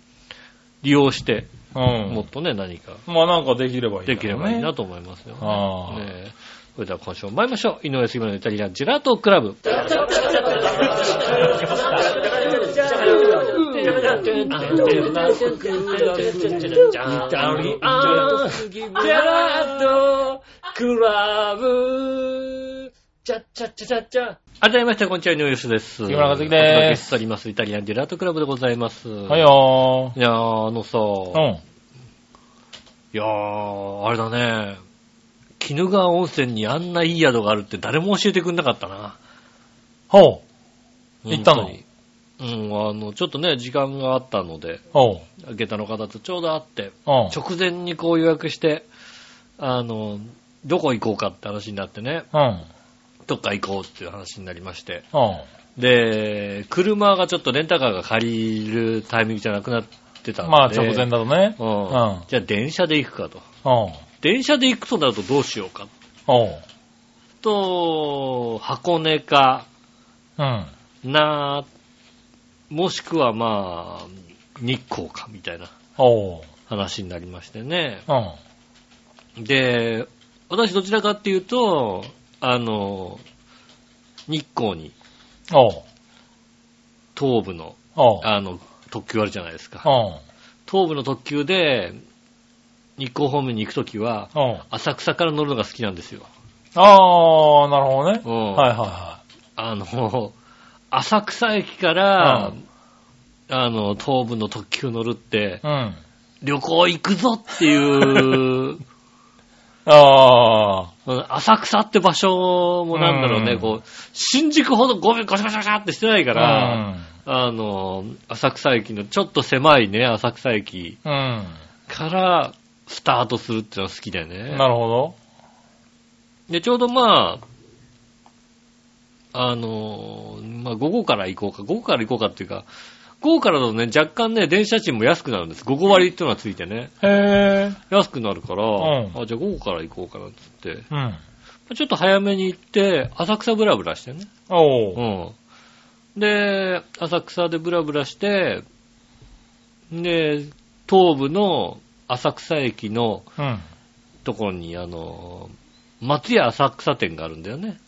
S2: 利用して、
S3: う
S2: もっ
S3: ん。
S2: とね、何か
S3: まあ、なんかできればいい、
S2: できればいいな。と思いますよ、ね。
S3: ああ
S2: ねえそれでは今週も参りましょう。井上杉村のイタリアンジェラートクラブ。改めまして、こんにちは、井上杉です。
S3: 木村和樹です
S2: お届けしております。イタリアンジェラートクラブでございます。
S3: はいよ
S2: いやー、あのさ、
S3: ー。うん。
S2: いやー、あれだね。鬼怒川温泉にあんないい宿があるって誰も教えてくんなかったな。
S3: ほ行ったの
S2: 本当にうん、あの、ちょっとね、時間があったので
S3: う。、ほう。
S2: 下駄の方とちょうど会って、
S3: うん。
S2: 直前にこう予約して、あの、どこ行こうかって話になってね、
S3: うん。
S2: どっか行こうっていう話になりまして。
S3: うん。
S2: で、車がちょっとレンタカーが借りるタイミングじゃなくなってたので。
S3: まあ、直前だとね。
S2: うん。
S3: うん
S2: じゃあ電車で行くかと。
S3: うん。
S2: 電車で行くとなるとどうしようか
S3: おう。
S2: と、箱根か
S3: うん。
S2: な、もしくはまあ、日光かみたいな
S3: おう。
S2: 話になりましてね。
S3: うん。
S2: で、私どちらかっていうと、あの、日光に
S3: おう。
S2: 東部の、
S3: おう。
S2: あの、特急あるじゃないですか。
S3: おう。
S2: 東部の特急で、日光方面に行くときは、
S3: おう。
S2: 浅草から乗るのが好きなんですよ。
S3: あー、なるほどね。
S2: うん
S3: はいはいは
S2: あの、浅草駅から、
S3: う
S2: あの、東部の特急乗るって
S3: い。、うん。
S2: 旅行行くぞっていう、
S3: あー。
S2: 浅草って場所もなんだろうね、
S3: うん
S2: こう、新宿ほどごめん、ガシャガシャガシャってしてないから、あの、浅草駅のちょっと狭いね、浅草駅
S3: うん。
S2: からスタートするっていうのが好きだよ
S3: うん。
S2: ね。
S3: なるほど。
S2: で、ちょうどまあ、あの、まあ午後から行こうか、午後から行こうかっていうか、午後からだとね、若干ね、電車賃も安くなるんです。午後割っていうのがついてね、
S3: へー。
S2: 安くなるから、
S3: うん
S2: あ、じゃあ午後から行こうかなって言って、
S3: うん。
S2: ちょっと早めに行って、浅草ブラブラしてね。
S3: おう。
S2: うん。で、浅草でブラブラして、で、東部の浅草駅の
S3: うん。
S2: ところに、あの、松屋浅草店があるんだよね。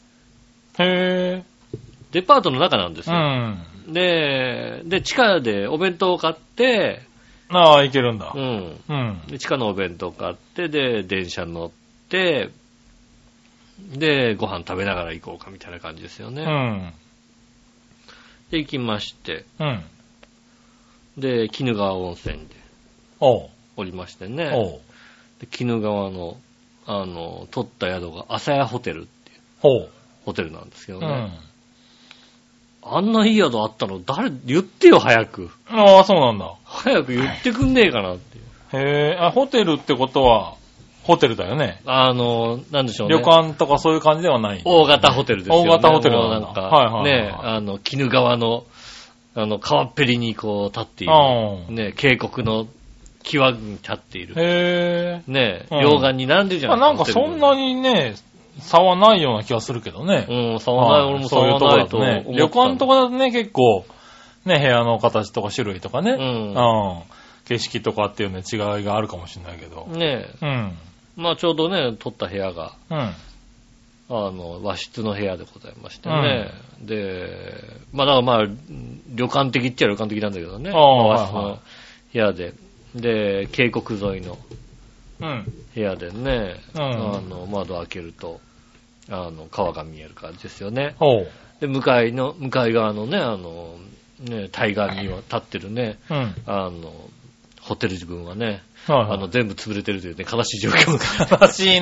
S3: へ
S2: デパートの中なんです
S3: ー。う
S2: よ。
S3: ん。
S2: で、で、地下でお弁当を買って、
S3: あー、いけるんだ
S2: う。ん。
S3: うん。
S2: で、地下のお弁当買って、で、電車乗って、で、ご飯食べながら行こうかみたいな感じですよ
S3: う
S2: ね。
S3: ん。
S2: で、行きまして、
S3: うん。
S2: で、鬼怒川温泉で
S3: おう。
S2: おりましてね。
S3: おう。
S2: で鬼怒川の、あの、取った宿が朝屋ホテルっていう
S3: ほう。
S2: ホテルなんですけど
S3: う
S2: ね。
S3: ん。
S2: あんないい宿あったの誰、言ってよ、早く。
S3: あー、そうなんだ。
S2: 早く言ってくんねえかなっていう。
S3: へー。あ、ホテルってことは、ホテルだよね。
S2: あの、なんでしょうね。
S3: 旅館とかそういう感じではない。
S2: 大型ホテルですよ、ね。
S3: 大型ホテル
S2: もう
S3: な
S2: なん
S3: ん
S2: か、
S3: だはいはいはい
S2: ね、あの、鬼怒川の、あの、川っぺりにこう立っている、
S3: うん
S2: ね、渓谷の際に立っている。
S3: へ
S2: ねえ、
S3: うん
S2: 溶岩になんでじ
S3: え。
S2: ゃ
S3: まあ
S2: ない
S3: なんかそんな
S2: に。
S3: にね、差はないような気がするけどね。
S2: うん、差はない、
S3: はい
S2: 俺も差
S3: そういう
S2: は
S3: とこ
S2: な
S3: だ
S2: いと
S3: と
S2: 思
S3: ね。旅館と
S2: か、
S3: かだとね、結構、ね、部屋の形とか種類とかね。
S2: うん
S3: うん景色とかっていうね、違いがあるかもしれないけど。
S2: ねえ、
S3: うん。
S2: まあちょうどね、撮った部屋が、
S3: うん。
S2: あの、和室の部屋でございましてね。で、まあだからまあ、旅館的っちゃ旅館的なんだけどね。
S3: ああ
S2: 和室
S3: はいは
S2: の部屋で。で、渓谷沿いの
S3: うん。
S2: 部屋でね、
S3: うん
S2: あの、窓開けると、あの、川が見える感じですよね。
S3: ほう。
S2: で、向かいの、向かい側のね、あの、ね、対岸には立ってるね、
S3: うん。はい
S2: あの、ホテル自分はね、あの、
S3: は
S2: 全部潰れてるというね、悲しい状況
S3: い。悲しい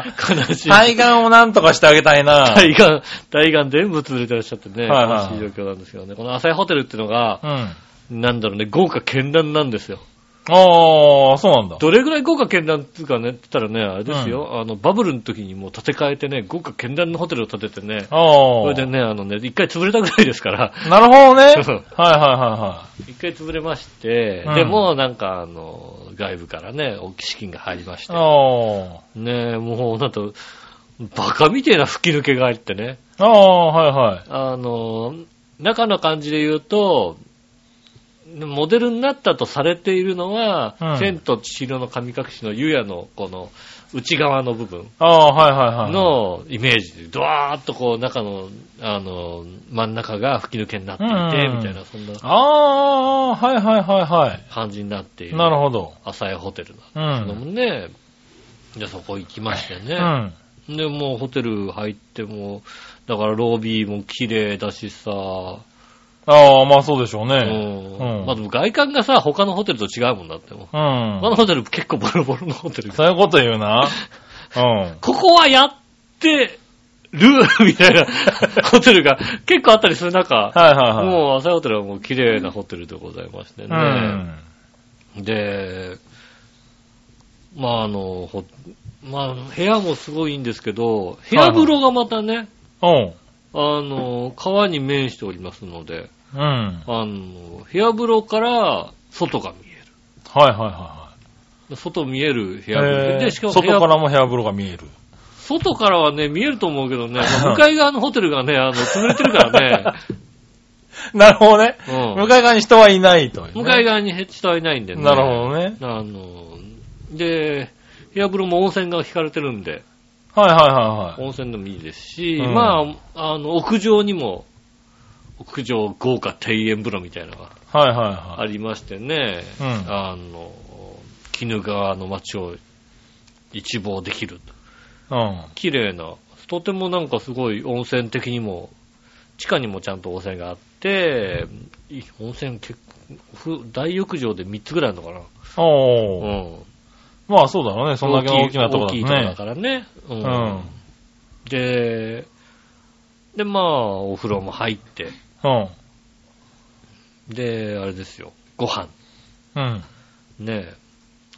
S3: ぁ。
S2: が、悲しい。
S3: 対岸をなんとかしてあげたいなぁ。
S2: 対岸、対岸全部潰れてらっしゃってね、
S3: はいは
S2: 悲
S3: い
S2: しい状況なんですけどね。この浅いホテルっていうのが、
S3: うん。
S2: なんだろうね、豪華絢爛なんですよ。
S3: ああ、そうなんだ。
S2: どれぐらい豪華絢爛っていうかね、って言ったらね、あれですよ、あの、バブルの時にもう建て替えてね、豪華絢爛のホテルを建ててね、そ
S3: ああ
S2: れ。でね、あのね、一回潰れたぐらいですから、
S3: なるほどね。はいはい
S2: そう
S3: は
S2: 一回潰れまして、
S3: うん
S2: でもなんかあの、外部からね、大きい資金が入りまし
S3: い
S2: て、
S3: はい。ああ。
S2: ねえ、もうなんと、バカみてえな吹き抜けが入ってね、
S3: ああ、はいはい。
S2: あの、中の感じで言うと、モデルになったとされているのは、
S3: うん
S2: 千と千尋の神隠しの湯屋のこの内側の部分
S3: ああ、はいはいはい。、
S2: のイメージで、ドワーッとこう中の、あの、真ん中が吹き抜けになっていて、
S3: うん
S2: みたいな、そんな
S3: ああー、はいはいはいは
S2: 感じになってい
S3: い。
S2: る。
S3: なるほど。
S2: 浅いホテル
S3: う
S2: なんですけど
S3: ん。
S2: もね。で、そこ行きまして
S3: う
S2: ね。
S3: ん。
S2: で、もうホテル入っても、だからロビーも綺麗だしさ、
S3: ああ、まあそうでしょう
S2: う
S3: ね。
S2: ん
S3: うん
S2: まあでも外観がさ、他のホテルと違うもんだっても。
S3: う
S2: 他の
S3: ん。
S2: ホテル結構ボロボロのホテル。
S3: そういうこと言う な。うん。
S2: ここはやってるみたい なホテルが結構あったりする中、
S3: はいはいはい。
S2: もう朝ホテルはもう綺麗なホテルでございまして
S3: う
S2: ね。
S3: ん。
S2: で、まああの、ほまあ部屋もすごいいいんですけど、部屋風呂がまたね、
S3: うん。
S2: あの、川に面しておりますので、
S3: うん。
S2: あの、部屋風呂から外が見える。
S3: はいはいは
S2: 外見える部
S3: い
S2: 屋
S3: はい。
S2: で、
S3: えー
S2: しかも部
S3: 外
S2: 屋
S3: からも部屋風呂が見える。
S2: 外からはね、見えると思うけ どね、まあ向かい側のホテルがね、あの、潰れてるからね、
S3: なるほどね。
S2: うん
S3: 向かい側に人はいないというね。
S2: 向かい側に人はいないんでね。
S3: なるほどね。
S2: あの、で、部屋風呂も温泉が引かれてるんで、
S3: はいはいはいはい。
S2: 温泉でもいいですし、
S3: うん
S2: まあ、あの、屋上にも、屋上豪華庭園風呂みたいなのが
S3: はいはいはい。
S2: ありましてね、
S3: うん
S2: あの、鬼怒川の街を一望できる。
S3: うん。
S2: 綺麗な、とてもなんかすごい温泉的にも、地下にもちゃんと温泉があって、いい温泉結構、ふ大浴場で3つぐらいあるのかな。
S3: お
S2: う
S3: ー。
S2: ん。
S3: まあそうだろうね。そんだけの大きなとこだ
S2: 大
S3: と
S2: きいとこだ
S3: ね。
S2: からね。う。
S3: うんん。うん。
S2: で、で、まあ、お風呂も入って、で、あれですよ、ご飯。
S3: うん。
S2: ね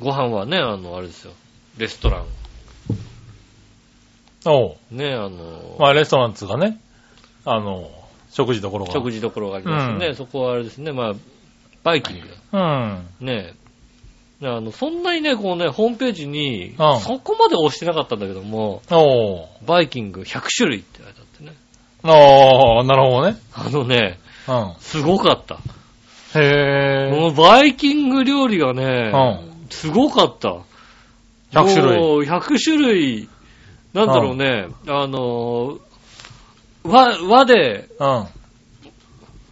S2: ご飯はね、あの、あれですよ、レストラン。
S3: おう。
S2: ねあの、
S3: まあレストランっつうかね。あの、食事どころが。
S2: 食
S3: 事。
S2: 事どころがありますよね。
S3: うん
S2: そこはあれですね、まあ、バイキング。
S3: うん。
S2: ねえ。あの、そんなにね、こうね、ホームページに、
S3: うん
S2: そこまで押してなかったんだけども、
S3: おう。
S2: バイキング100種類って書いてあってね。
S3: ああ、なるほどね。
S2: あのね、
S3: うん。
S2: すごかった。
S3: へ
S2: こ
S3: え。
S2: のバイキング料理がね、
S3: うん。
S2: すごかった。
S3: 100種類。
S2: もう100種類、なんだろうね、あの、和、和で、
S3: うん。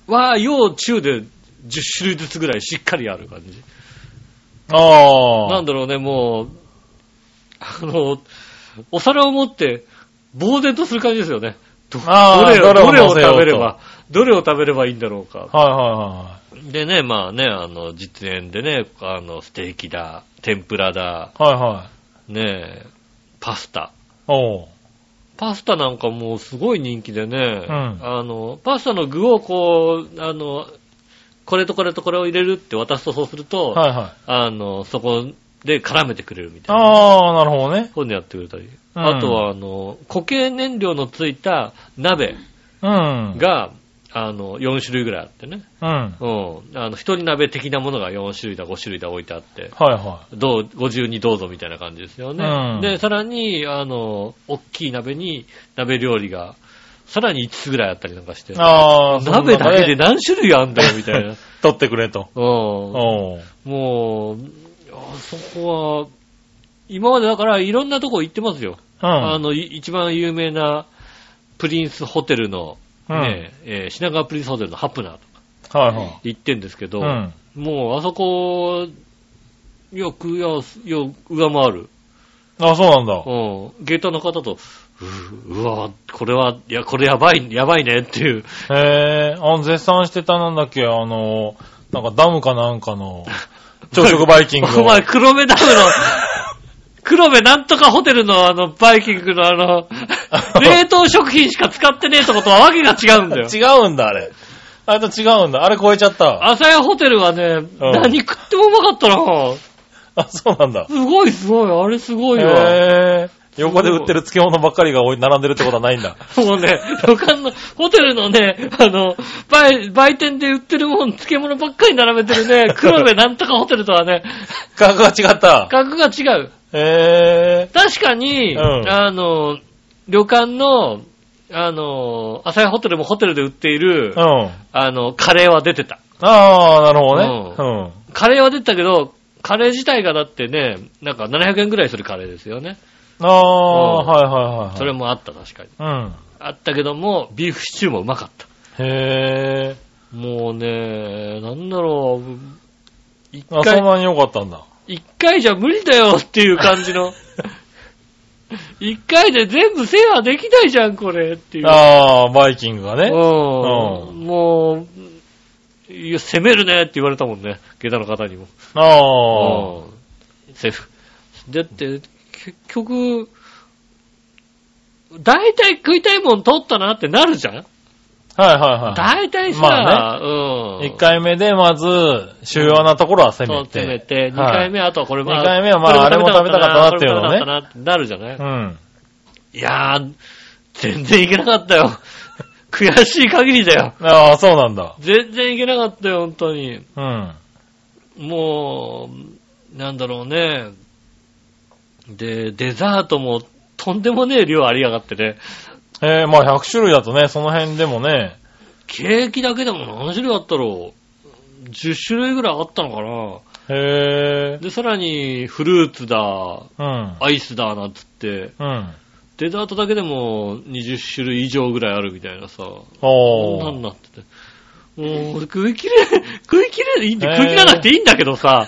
S2: 和、洋、中で10種類ずつぐらいしっかりある感じ。な
S3: ああ
S2: ん。だろうね、もう、あの、お皿を持って、呆然とする感じですよね。ど
S3: あー
S2: どれをど
S3: どれ
S2: れ
S3: を
S2: を
S3: 乗せよう
S2: 食
S3: と
S2: べれば、どれを食べればいいんだろうか。
S3: はいは
S2: でね、まあね、あの、実演でね、あの、ステーキだ、天ぷらだ、
S3: いはい。はいはい。
S2: ねえ、パスタ。
S3: おう。
S2: パスタなんかもうすごい人気でね、
S3: ん
S2: あの、パスタの具をこう、あの、これとこれとこれを入れるって渡すとそうすると、
S3: はいはい。
S2: あの、そこで絡めてくれるみたいな。
S3: ああ、なるほどね。
S2: こういうのやってくれたり。
S3: うん
S2: あとは、あの、固形燃料のついた鍋
S3: うん。
S2: が、あの、4種類ぐらいあってね。
S3: うん。はい
S2: うん。あの、一人鍋的なものが4種類だ、5種類だ置いてあって、
S3: は
S2: どう、ご自由にどうぞみたいな感じですよね。
S3: うん
S2: で、さらに、あの、大きい鍋に、鍋料理が、さらに5つぐらいあったりなんかして
S3: い。、ああ、その中
S2: 鍋だけで何種類あんだよ、みた いな。
S3: 取ってくれと。
S2: うん。
S3: おう
S2: もう、あそこは、今までだからいろんなとこ行ってますよ。
S3: う
S2: あ
S3: ん。
S2: の、い一番有名な、プリンスホテルの、
S3: うん。はい
S2: ねえー品川プリンスホテルのハプナーとか
S3: はい。
S2: 行ってんですけど、
S3: うん。
S2: もうあそこ、よく、よ、よ、上回る。
S3: あ、そうなんだ。
S2: うん。ゲートの方と、ううわ、これは、いや、これやばい、やばいねっていう。
S3: へえ、あの、絶賛してたなんだっけ、あの、なんかダムかなんか の、朝食バイキング
S2: お
S3: を。
S2: 前、黒部ダム の、黒部なんとかホテルのあの、バイキングのあ の、冷凍食品しか使ってねえってことはわけが違うんだよ。
S3: 違うんだ、あれ。あれと違うんだ。あれ超えちゃった。あ、
S2: 朝屋ホテルはね、何食ってもうまかったな
S3: そうなんだ。
S2: すごいすごい、あれすごいわ。
S3: へえ。横で売ってる漬物ばっかりがおい並んでるってことはないんだ。
S2: もうね、旅館の、ホテルのね、あの、売、売店で売ってるもん、漬物ばっかり並べてる ね、黒部なんとかホテルとはね、
S3: 価 格が違った。
S2: 格が違う。
S3: へえ。
S2: 確かに、
S3: うん
S2: あの、旅館の、あの、朝日ホテルもホテルで売っている、
S3: うん。
S2: あの、カレーは出てた。
S3: ああ、なるほどね。
S2: カレーは出てたけど、カレー自体がだってね、なんか700円くらいするカレーですよね。
S3: うん。ああ、
S2: うん
S3: はいはいはい。
S2: それ。もあった、確かに。
S3: うん。
S2: あったけども、ビーフシチューもうまかった。
S3: へえ。
S2: もうね、なんだろう、一
S3: あ、そん
S2: 回、
S3: なに良かったんだ。
S2: 一回じゃ無理だよっていう感じ の。一回で全部制覇できないじゃん、これっていう。
S3: ああ、バイキングが
S2: うん
S3: ね。
S2: もう、いや、攻めるねって言われたもんね、下駄の方にも。
S3: ああ。
S2: うんセーフ。だって、結局、大体食いたいもん取ったなってなるじゃん
S3: はいはいは
S2: 大
S3: い。
S2: 体さ、
S3: ま
S2: うん。
S3: 一回目でまず、主要なところは攻
S2: そう
S3: めて。
S2: 詰めて、二
S3: はい
S2: 回目、あとはこれも、
S3: 二回目はまあ
S2: こ
S3: あれも食べたかった
S2: なこれも食べたかったなってなるじゃない、
S3: うん。
S2: いやー、全然いけなかったよ。 悔しい限りだよ。
S3: ああ、そうなんだ。
S2: 全然いけなかったよ、本当に。
S3: うん。
S2: もう、なんだろうね。で、デザートもとんでもねえ量ありやがってね。
S3: えー、まあ100種類だとね、その辺でもね。
S2: ケーキだけでも何種類あったろう ?10 種類ぐらいあったのかな
S3: へえ。
S2: で、さらに、フルーツだ、
S3: うん。
S2: アイスだ、なんつって、
S3: うん。
S2: デザートだけでも20種類以上ぐらいあるみたいなさ、そんな
S3: お
S2: ん
S3: ー。
S2: なってて。もう、俺食い切れ、 食い切れでいいんで、
S3: へー
S2: 食い切らなくていいんだけど さ、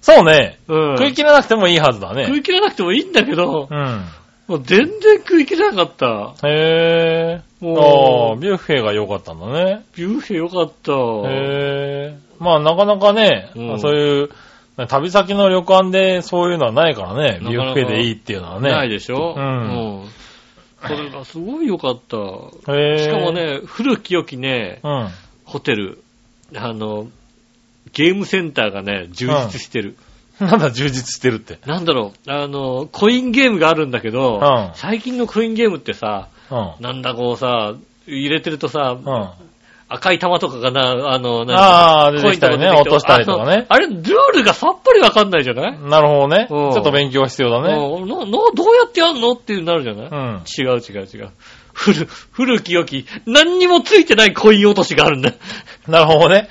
S3: そうね。
S2: うん、
S3: 食い切らなくてもいいはずだ
S2: 食
S3: ね。
S2: い切らなくてもいいんだけど
S3: う、ん。
S2: もう全然食い切れなかった。
S3: へえ。あ
S2: も
S3: あ、
S2: う
S3: ビュッフェが良かったんだね。
S2: ビュッフェよかった。
S3: へえ。まあなかなかね、
S2: うん
S3: そういう、旅先の旅館でそういうのはないからね。
S2: なかなか
S3: ビュッフェでいいっていうのはね。
S2: ないでしょ
S3: うん
S2: うんそれがすごい良かった。
S3: へえ。
S2: しかも。ね、古き良きね、
S3: うん。
S2: ホテル、あの、ゲームセンターがね、充実してる。
S3: なんだ充実してるって。
S2: なんだろう、あの、コインゲームがあるんだけど、
S3: うん
S2: 最近のコインゲームってさ、
S3: うん。
S2: なんだこうさ、入れてるとさ、
S3: うん。
S2: 赤い玉とかがな、あの、
S3: ああ、出
S2: コ
S3: て
S2: イン
S3: きたりね、
S2: 出て
S3: 落
S2: きて
S3: としたりとかね。
S2: あのあれ、ルールがさっぱりわかんないじゃない、
S3: なるほどね。ち
S2: うん
S3: ょっと勉強が必要だね。
S2: うんななどうやってやんのってなるじゃない、
S3: うん。
S2: 違う違う違う。古、古き良き、何にもついてないコイン落としがあるんだ。
S3: なるほどね。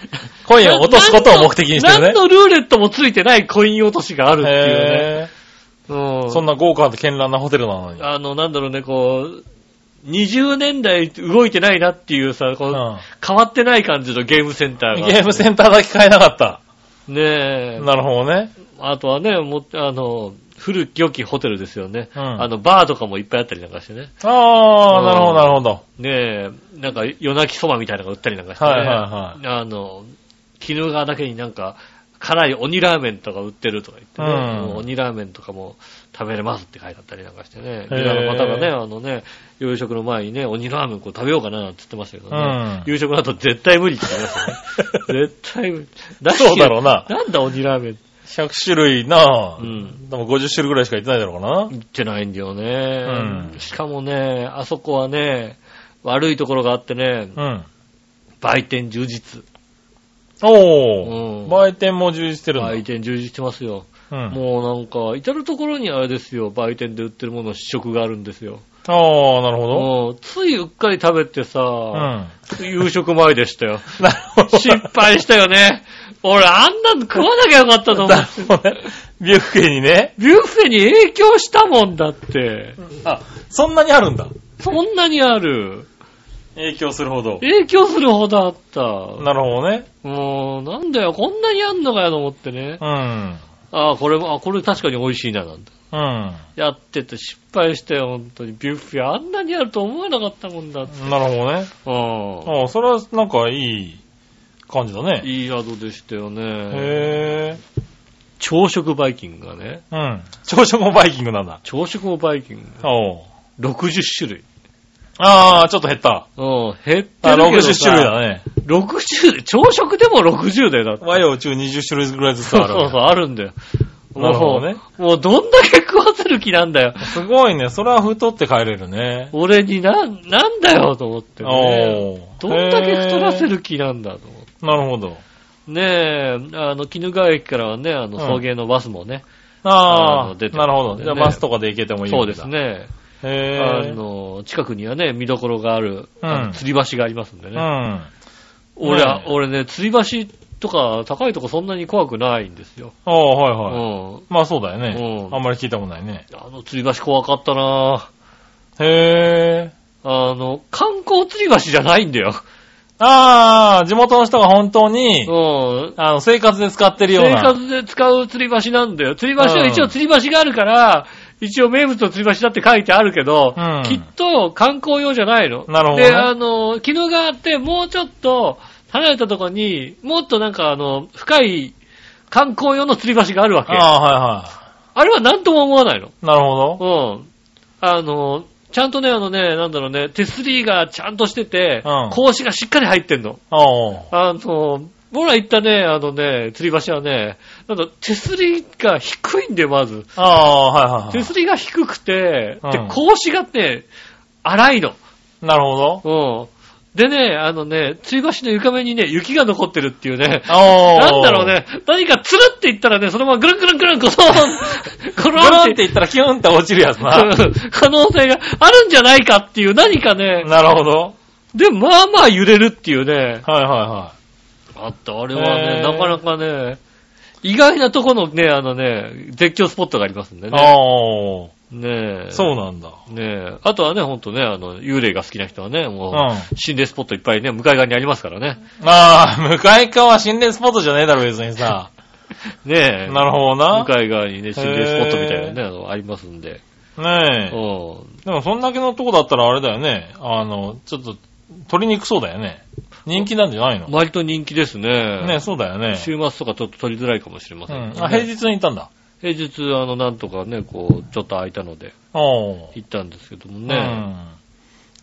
S3: コインを落とすことを目的にしてる
S2: 何。
S3: ね
S2: のルーレットもついてないコイン落としがあるっていうね。
S3: へ
S2: う
S3: ーそんな豪華で絢爛なホテルなのに。
S2: あの、なんだろうね、こう、20年代動いてないなっていうさ、こう
S3: うん
S2: 変わってない感じのゲームセンターが。
S3: ゲームセンターだけ買えなかった。
S2: ねえ。
S3: なるほどね。
S2: あとはね、もっとあの、古き良きホテルですよね。
S3: うん
S2: あの、バーとかもいっぱいあったりなんかしてね。
S3: あ
S2: う
S3: あ、
S2: ん
S3: なるほど、なるほど。
S2: ねえ、なんか夜泣きそばみたいなのが売ったりなんかしてね。
S3: はいはい
S2: あの、絹川だけになんか、辛い鬼ラーメンとか売ってるとか言ってね、
S3: うん
S2: もう鬼ラーメンとかも食べれますって書いてあったりなんかしてね、
S3: へー
S2: ギラの方がね、あのね、夕食の前にね、鬼ラーメンこう食べようかなって言ってましたけどね、
S3: うん
S2: 夕食の後絶対無理って言ってましたね。 絶対無理。だって
S3: そうだろうな
S2: なんだ鬼ラーメンって。
S3: 100種類な
S2: うん
S3: でも50種類ぐらいしか行ってないだろうかな。
S2: 行ってないんだよね。
S3: うん
S2: しかもね、あそこはね、悪いところがあってね、
S3: うん。
S2: 売店充実。
S3: お
S2: う
S3: ー。
S2: ん
S3: 売店も充実してるんだ。
S2: 売店充実してますよ。
S3: うん。
S2: もうなんか、至るところにあれですよ、売店で売ってるもの試食があるんですよ。
S3: ああ、なるほど。
S2: もうついうっかり食べて
S3: うん。
S2: さ、
S3: な
S2: 夕食前でした よ。
S3: るほど。
S2: 失敗したよね。俺、あんなの食わなきゃよかったと思
S3: なる
S2: う。
S3: ほどね。ビュッフェにね。
S2: ビュッフェに影響したもんだって。
S3: あ、そんなにあるんだ。
S2: そんなにある。
S3: 影響するほど。
S2: 影響するほどあった。
S3: なるほどね。
S2: もう、なんだよ、こんなにあんのかよと思ってね。
S3: うん。
S2: ああ、これも、あ、これ確かに美味しいな、なんて。
S3: うん。
S2: やってて失敗したよ、本当に。ビュッフェあんなにあると思わなかったもんだって。
S3: なるほどね。
S2: う
S3: ああ、それはなんかいい感じだ
S2: ん。
S3: ね。
S2: いい宿でしたよね。
S3: へえ。
S2: 朝食バイキングがね。
S3: うん。朝食もバイキングなんだ。
S2: 朝食もバイキン
S3: おう
S2: グ。60種類。
S3: ああ、ちょっと減った。
S2: うん、減ってるけ
S3: あ
S2: ど
S3: 60
S2: さ
S3: 種類だね。
S2: 60、朝食でも60だよ、だって。
S3: 和洋中20種類ぐらいずつ
S2: そう
S3: あ
S2: そ
S3: る。
S2: うそう、あるんだよ。
S3: なるほどね
S2: もう。もうどんだけ食わせる気なんだよ。
S3: すごいね。それは太って帰れるね。
S2: 俺にな、なんだよ、と思ってね。
S3: おー
S2: どんだけ太らせ
S3: へ
S2: る気なんだ、と思って。
S3: ーなるほど。
S2: ねえ、あの、絹川駅からはね、あの、
S3: ん
S2: 送迎のバスもね、あ
S3: あ
S2: の
S3: あ、
S2: 出てる
S3: なるほど。じゃあ
S2: ね
S3: バスとかで行けてもいいんだ
S2: そうです。ね。
S3: へ
S2: あ
S3: え。
S2: の、近くにはね、見どころがある、
S3: うん
S2: あの吊り橋がありますんで
S3: う
S2: ね。
S3: ん。
S2: 俺は、
S3: ね
S2: 俺ね、吊り橋とか高いとこそんなに怖くないんですよ。
S3: ああ、は
S2: う
S3: いはい。
S2: ん。
S3: まあそうだよね
S2: う。ん
S3: あんまり聞いたことないね。
S2: あの吊り橋怖かったなぁ
S3: へえ。
S2: あの、観光吊り橋じゃないんだよ。
S3: ああ、地元の人が本当に、
S2: うん。
S3: あの、生活で使ってるよう
S2: 生
S3: な。
S2: 活で使う吊り橋なんだよ。吊り橋は一応
S3: うん
S2: 吊り橋があるから、一応名物の吊り橋だって書いてあるけど、
S3: うん
S2: きっと観光用じゃないの。
S3: なるほどね
S2: で、あの、絹があって、もうちょっと離れたとこに、もっとなんかあの、深い観光用の吊り橋があるわけ。あ
S3: ああ、はいは
S2: れは何とも思わないの。
S3: い。なるほど。
S2: うん。あの、ちゃんとね、あのね、なんだろうね、手すりがちゃんとしてて、
S3: うん
S2: 格子がしっかり入ってんの。
S3: ああ。
S2: あの、僕ら行ったね、あのね、吊り橋はね、なんか手すりが低いんで、まず。
S3: ああ、はいはい
S2: 手
S3: は
S2: すりが低くて、
S3: うん
S2: で、格子がね、荒いの。
S3: い。なるほど。
S2: うん。でね、あのね、吊り橋の床面にね、雪が残ってるっていうね。
S3: ああ。
S2: なんだろう。ね、何かつるっていったらね、そのままぐるんぐるんぐるん、この、こ
S3: ブロンって
S2: の
S3: 言ったらキュンって落ちるやつな。
S2: 可能性があるんじゃないかっていう何かね、
S3: なるほど。
S2: で、まあまあ揺れるっていうね。
S3: はいはいは
S2: あった、あれはね、
S3: へー
S2: なかなかね、意外なとこのね、あのね、絶叫スポットがありますんで
S3: い。
S2: ね。
S3: あ
S2: ねえ。
S3: あ。そうなんだ。
S2: ねえ。あとはね、ほんとね、あの、幽霊が好きな人はね、もう、
S3: うん
S2: 心霊スポットいっぱいね、向かい側にありますからね。
S3: ああ、向かい側心霊スポットじゃねえだろ別に さ。
S2: ねえ。
S3: なる
S2: 向
S3: ほどな。
S2: かい側にね、心霊スポットみたいなね、あの、ありますんで。
S3: ねえ。
S2: う
S3: でもそんだけのとこだったらあれだよね。あの、ちょっと、取りにくそうだよね。人気なんじゃないの
S2: ん。割と人気です
S3: ね
S2: ね。
S3: そうだよね。
S2: 週末とかちょっと撮りづらいかもしれま
S3: う
S2: せんけ
S3: ん。
S2: ど
S3: あ、
S2: ね、
S3: 平日に行ったんだ。
S2: 平日、あの、なんとかね、こう、ちょっと空いたので、
S3: おー。
S2: 行ったんですけども
S3: う
S2: ね。
S3: ん。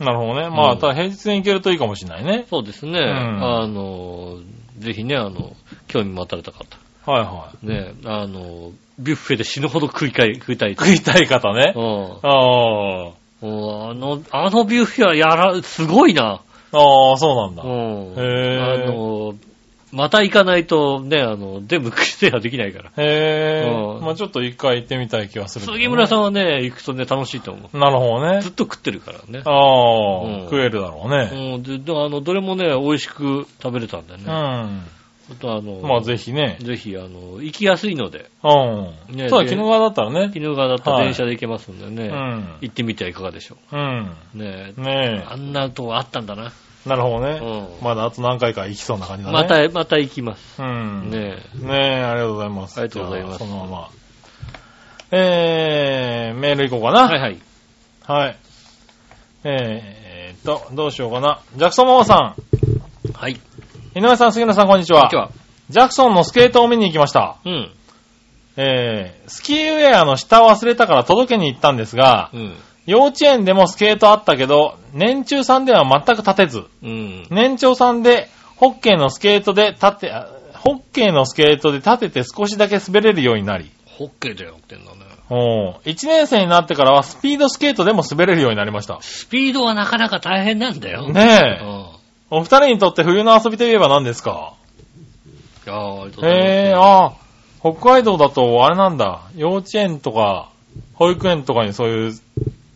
S3: なるほどね。ま
S2: う
S3: あ、
S2: ん
S3: ただ平日に行けるといいかもしれないね。
S2: そうですね。
S3: ん
S2: あの、ぜひね、あの、興味持たれた方。
S3: はいは
S2: ね、あの、ビュッフェで死ぬほど食いたい、食いたい。
S3: い。食いたい方ね
S2: う。ん。
S3: ああ。
S2: もうあの、あのビュッフェはやら、すごいな。
S3: ああ、そうなん
S2: う
S3: だ。
S2: ん。あ
S3: へー
S2: の、また行かないとね、あの、全部クリアできないから。う
S3: へえ。
S2: ん
S3: まあちょっと一回行ってみたい気がするけどね。
S2: 杉村さんはね、行くとね、楽しいと思う。
S3: なるほどね
S2: ず。っと食ってるからね。
S3: あ
S2: うん
S3: あ、食えるだろうね。
S2: うん、で、であの、どれもね、美味しく食べれたんだよ
S3: う
S2: ね。
S3: ん。
S2: あとあの、
S3: まあぜひね。
S2: ぜひ、あの、行きやすいので、
S3: うん。
S2: ね
S3: そうだ、
S2: で
S3: 鬼怒川だったらね。
S2: 鬼怒川だったら
S3: はい
S2: 電車で行けますんでね、
S3: うん。
S2: 行ってみてはいかがでしょ
S3: うん。
S2: う。ねえ
S3: ね
S2: あんなとこあったんだな。
S3: え。なるほど
S2: う
S3: ね。
S2: ん。
S3: まだあと何回か行きそうな感じだね。
S2: ま。た、また行きます。
S3: うん。ね
S2: ね
S3: え、ありがとうございます。
S2: ありがとうございます
S3: じゃあそのまま。えー、メール行こうか
S2: え
S3: な。
S2: はいはい。
S3: はい。えーえーっと、どうしようかな。ジャクソンママさ
S2: はい。
S3: ん。井上さん、杉野さん、こんにち
S2: 今
S3: は。
S2: 日は。
S3: ジャクソンのスケートを見に行きました。
S2: うん。
S3: えー、スキーウェアの下を忘れたから届けに行ったんですが、
S2: うん。
S3: 幼稚園でもスケートあったけど、年中さんでは全く立てず、
S2: うん。
S3: 年長さんで、ホッケーのスケートで立て、あホッケーのスケートで立てて少しだけ滑れるようになり、
S2: ホッケーじゃなくてんだね。
S3: ほお1年生になってからはスピードスケートでも滑れるようになりました。
S2: スピードはなかなか大変なんだよ。
S3: ねえ。
S2: うん。
S3: お二人にとって冬の遊びといえば何ですか
S2: いやー、割と楽しい
S3: へえ、ああ、北海道だとあれなんだ、幼稚園とか、保育園とかにそういう、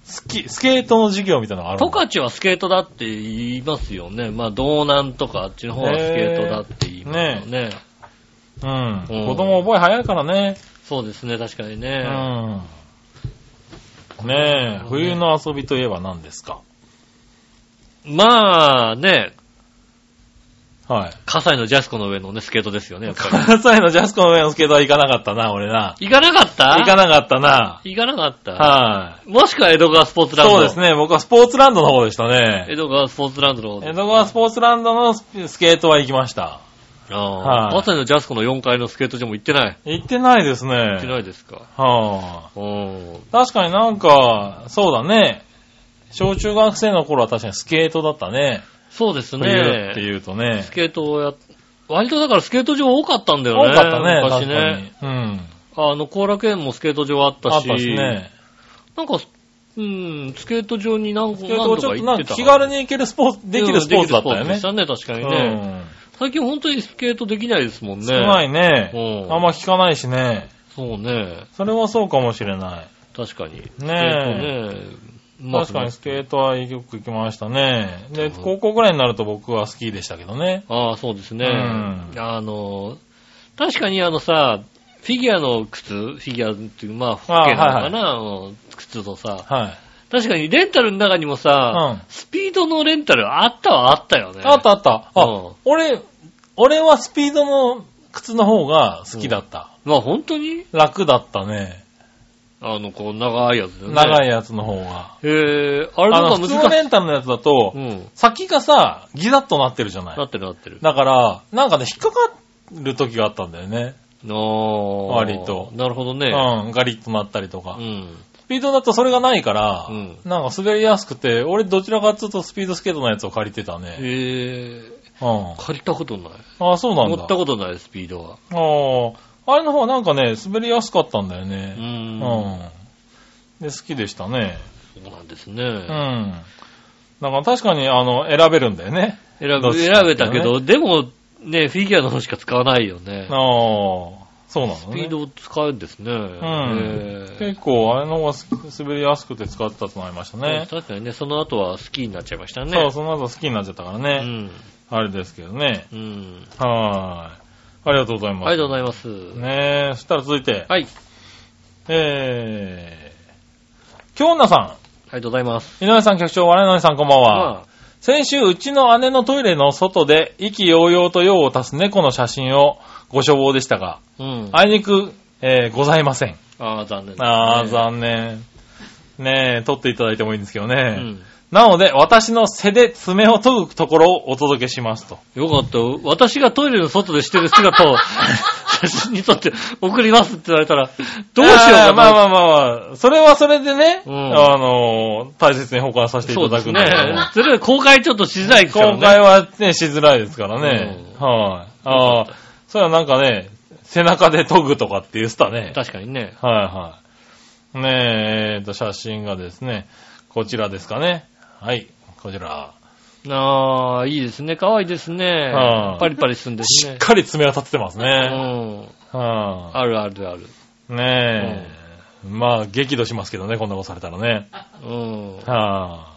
S3: スキ、スケートの授業みたいなのがある
S2: ト
S3: んだ。
S2: カチはスケートだって言いますよね。まあ、道南とかあっちの方はスケートだって言いますよね。
S3: うん。
S2: うん
S3: 子供覚え早いからね。
S2: そうですね、確かに
S3: う
S2: ね。
S3: ん。ね
S2: ね
S3: え、冬の遊びといえば何ですか
S2: まあ、ね、
S3: はい。
S2: 葛西のジャスコの上のね、スケートですよね、やっぱ
S3: 関西のジャスコの上のスケートは行かなかったな、俺な。
S2: り。行かなかった
S3: 行かなかったな。
S2: 行かなかった。
S3: はい。
S2: もしくは江戸川スポーツランド。
S3: そうです
S2: ね。
S3: ね、僕はスポーツランドの方でした
S2: 江
S3: ね。
S2: 戸川スポーツランドの方で
S3: 江戸川スポーツランドのスピスケートは行きました。
S2: ああ、
S3: はい
S2: まさにジャスコの4階のスケート場も行ってない。
S3: 行ってないですね。
S2: 行ってないですか。
S3: はあ。
S2: うん。
S3: 確かになんか、そうだね。小中学生の頃は確かにスケートだったね。
S2: そうです
S3: 冬
S2: ね。
S3: っていうとね
S2: ス。ケートをやっ、割とだからスケート場多かったんだ
S3: 多
S2: よね。
S3: かったね、
S2: 昔
S3: 確
S2: ね。
S3: かに。うん。
S2: あの、後楽園もスケート場あったし。
S3: あったしね。
S2: なんか、うん、スケート場に何個
S3: ス
S2: か
S3: ケートをちょっとな
S2: 行
S3: ん
S2: って
S3: か
S2: た。
S3: 気軽に行けるスポーツ、できるスポーツだったよ
S2: うんで
S3: ね
S2: きるスポーツでし。たね、確かにね。最近本当にスケートできないですもん
S3: う
S2: ね。
S3: ん少ない
S2: うん
S3: ね。あんま聞かないしね。
S2: そうね。
S3: それはそうかもしれない。
S2: 確かに。ね
S3: え
S2: ねえ
S3: 確かにスケートはよく行きましたね。で、
S2: うん
S3: 高校ぐらいになると僕はスキーでしたけどね。
S2: ああ、そうですね。
S3: うん
S2: あの、確かにあのさ、フィギュアの靴、フィギュアっていう、まあ、フ
S3: あ
S2: ィ
S3: あ
S2: ギュアなのかな、あの靴とさ、
S3: はい。
S2: 確かにレンタルの中にも
S3: う
S2: さ、
S3: ん。
S2: スピードのレンタルあったはあったよね。
S3: あったあった。あ、
S2: うん
S3: 俺、俺はスピードの靴の方が好きだった。
S2: まあ本当に
S3: 楽だったね。
S2: あの、こう、長いやつだよね。
S3: 長
S2: い。
S3: いやつの方が。
S2: へえ、あれ
S3: あ
S2: な
S3: の、
S2: んか
S3: 普通の
S2: 難しい。
S3: レンタルのやつだと、
S2: うん。
S3: 先がさ、ギザッとなってるじゃない。
S2: なってるなってる。
S3: だから、なんかね、引っかかる時があったんだよね。
S2: ああ。
S3: 割と
S2: なるほどね。
S3: うん、ガリッとなったりとか。
S2: うん。
S3: スピードだとそれがないから、
S2: うん
S3: なんか滑りやすくて、俺どちらかっつうとスピードスケートのやつを借りてたね。
S2: へえ、
S3: うん。
S2: 借りたことない。
S3: あ、そうなん
S2: 乗
S3: だ。
S2: ったことない、スピードは。
S3: ああ、あれの方はなんかね、滑りやすかったんだよね。
S2: う。
S3: うんん。で、好きでしたね。
S2: そうなんですね。
S3: うん。だから確かに、あの、選べるんだよね。
S2: 選
S3: どっ
S2: べ、
S3: ちか
S2: 選
S3: っていうね
S2: べたけど、でも、ね、フィギュアの方しか使わないよね
S3: あ。あ、そうなのね。
S2: スピードを使うんですね。うん
S3: 結構、あれの方がす滑りやすくて使ってたとなりましたね。
S2: 確かにね、その後はスキーになっちゃいましたね。
S3: そう、その後好きになっちゃったから
S2: う
S3: ね。
S2: ん。
S3: あれですけどね。
S2: うん。
S3: はーい。ありがとうございます。
S2: ありがとうございます。
S3: ねえ、そしたら続いて、
S2: はい。
S3: えー、京女さ
S2: ありがとうございます。
S3: ん、井上さん局長、我々の皆さんこんばんは。
S2: まあ
S3: 先週、うちの姉のトイレの外で、意気揚々と用を足す猫の写真をご所望でしたが、
S2: うん。
S3: あいにく、えーございません。
S2: ああ、残念ですね。
S3: あー、残念。ねえ、撮っていただいてもいいんですけどね。
S2: うん。
S3: なので、私の背で爪を研ぐところをお届けしますと。
S2: よかった。私がトイレの外でしてる姿 を写真に撮って送りますって言われたら、どうしよう
S3: あ
S2: かな。
S3: ーまあまあまあまあ、それはそれでね、
S2: うん
S3: あのー大切に保管させてい
S2: そ
S3: た
S2: うで
S3: だ
S2: す
S3: くん
S2: ね
S3: だけども。。
S2: それは公開ちょっとしづらいですからね。
S3: 今回はね、しづらいですからね。
S2: う
S3: はい、ああ、それはなんかね、背中で研ぐとかって言ってたね。
S2: 確かにね。
S3: はいはい。ねえ、えーと、写真がですね、こちらですかね。はい、こちら。
S2: ああ、いいですね。可愛いですね
S3: は。い
S2: パリパリするんです
S3: しっ
S2: ね。
S3: かり爪が立ってます
S2: う
S3: ね。
S2: ん。
S3: は
S2: あるあるある。
S3: い。ねえ、まあ、激怒しますけどね、こんなことされたらね。
S2: う
S3: は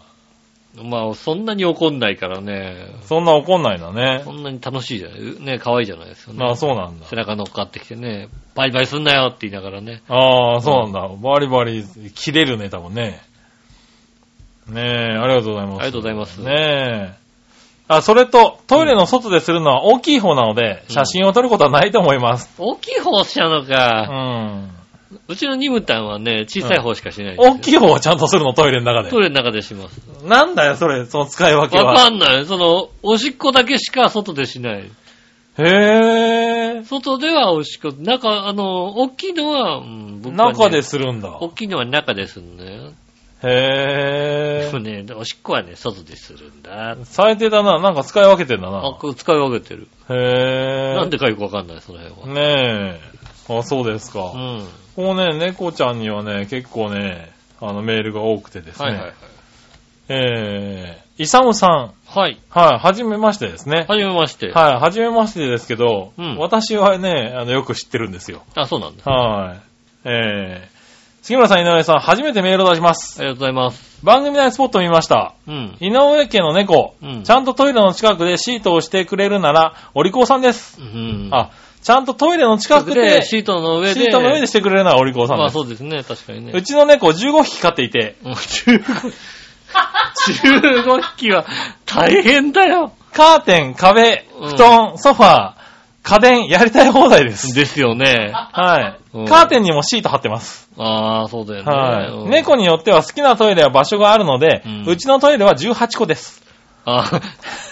S2: ん。まあ、そんなに怒んないからね
S3: い。。そんな怒んないんだね
S2: そ。んなに楽しいじゃない。ね、可愛いじゃないですかね。
S3: ああ、そうなんだ
S2: 背。中乗っかってきてね、バリバリすんなよって言いながらね。
S3: ああ、そうなんだ。バリバリ切れるね、多分ね。ねえ、ありがとうございま
S2: あ
S3: す。
S2: りがとうございます。
S3: ねえ。あ、それと、トイレの外でするのは大きい方なので、
S2: うん
S3: 写真を撮ることはないと思います。
S2: 大きい方しちゃうの
S3: う
S2: か。
S3: ん。
S2: うちのニムタンはね、小さい方しかしない、
S3: 大き
S2: い
S3: い方はちゃんとするの、トイレの中
S2: トイ
S3: で。
S2: レの中でします。
S3: なんだよ、それ、その使い分け
S2: わか
S3: は。
S2: んない。その、おしっこだけしか外でしない。
S3: へえ。
S2: 外ではおしっこ、中、あの、大きいのは、うん、僕はね
S3: 中でするんだ。
S2: 大きいのは中ですんだよ。
S3: へ
S2: でも
S3: え。
S2: ね、おしっこはね、外でするんだ。
S3: 最低だな、なんか使い分けてんだ
S2: あ、
S3: な。
S2: これ使い分けてる。
S3: へえ。
S2: なんでかよくわかんない、その辺は。
S3: ねえ。あ、そうです
S2: う
S3: か。
S2: ん。
S3: もうね、猫ちゃんにはね、結構ね、あの、メールが多くてですね。
S2: はいはいはい。
S3: えー、イサムさん。
S2: はい。
S3: はい、はじめましてですね。
S2: はじめまして。
S3: はい、はじめましてですけど、
S2: うん
S3: 私はね、あの、よく知ってるんですよ。
S2: あ、そうなんだ。あ
S3: はい。えー、杉村さん、井上さん、初めてメールを出します。
S2: りがとうございます。
S3: 番組内スポットを見ました。
S2: うん。
S3: 井上家の猫、
S2: うん
S3: ちゃんとトイレの近くでシートをしてくれるなら、お利口さんです。
S2: うん。、
S3: あ、ちゃんとトイレの近くで、シ
S2: シートの上で。
S3: ートの上でしてくれるならお利口さん
S2: ま
S3: で
S2: あ
S3: す。
S2: そうですね、確かにね。
S3: うちの猫15匹飼っていて、
S2: うん15 15匹は大変だよ。
S3: カーテン、壁、
S2: うん
S3: 布団、ソファー、家電、やりたい放題です。
S2: ですよね。
S3: はい
S2: うん。
S3: カーテンにもシート貼ってます。
S2: ああ、そうだよね。
S3: は
S2: う
S3: い。
S2: ん
S3: 猫によっては好きなトイレは場所があるので
S2: うん、
S3: うちのトイレは18個です。
S2: あー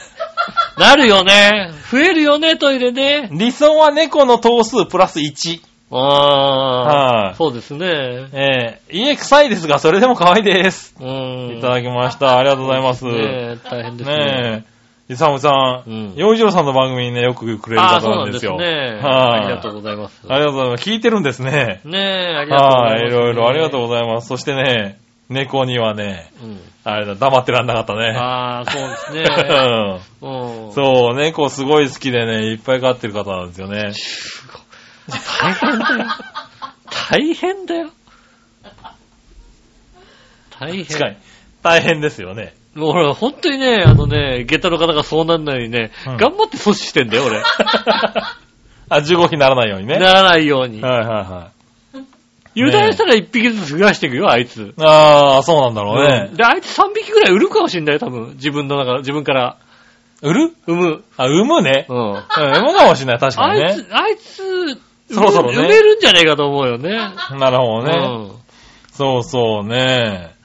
S2: なるよね。増えるよね、トイレね。
S3: 理想は猫の頭数プラス1。
S2: ああ、
S3: はい
S2: そうですね。
S3: えー、家臭いですが、それでも可愛いです。
S2: うーん。
S3: いただきました。ありがとうございます。ね
S2: ねえ大変ですね。
S3: え。イサムさ
S2: うんん、
S3: 洋一郎さんの番組にね、よくくれる
S2: ああ、
S3: 方
S2: そう
S3: な
S2: なんで
S3: んです
S2: す
S3: よ。
S2: ね。
S3: はい
S2: ありがとうございます。
S3: ありがとうございます。聞いてるんですね。
S2: ねえ、ありがとうございま
S3: は
S2: す、
S3: い、いろいろありがとう
S2: ござい
S3: ございます。そしてね、猫にはね、
S2: ます。うん
S3: あれだ、黙ってらんなかったね。
S2: ああ、そう ですね。
S3: うん
S2: そう。
S3: そう、猫すごい好きでね、いっぱい飼ってる方なんですよね。
S2: 大変だよ。大変だよ。大
S3: 確か
S2: 変。
S3: に。大変ですよね。
S2: もう俺、本当にね、あのね、下駄の方がそうなんないようにね、
S3: うん
S2: 頑張って阻止してんだよ、 俺。
S3: あ、15にならないようにね。
S2: な
S3: はい
S2: らないように。
S3: はいはい。
S2: 油断したら1匹ずつ増やしていくよ、あいつ。
S3: ああ、そうなんだろうね
S2: うん。で、あいつ3匹ぐらい売るかもしれないよ、多分。自分の中、自分から
S3: 売る
S2: 産む。
S3: あ、産むね。
S2: う
S3: うん
S2: ん。
S3: 産むかもしれない、確か
S2: あ
S3: に
S2: い
S3: ね。
S2: つ、あいつ、
S3: そろそろね
S2: 埋めるんじゃねえかと思うよね。
S3: なるほどね。
S2: うん
S3: そうそうね。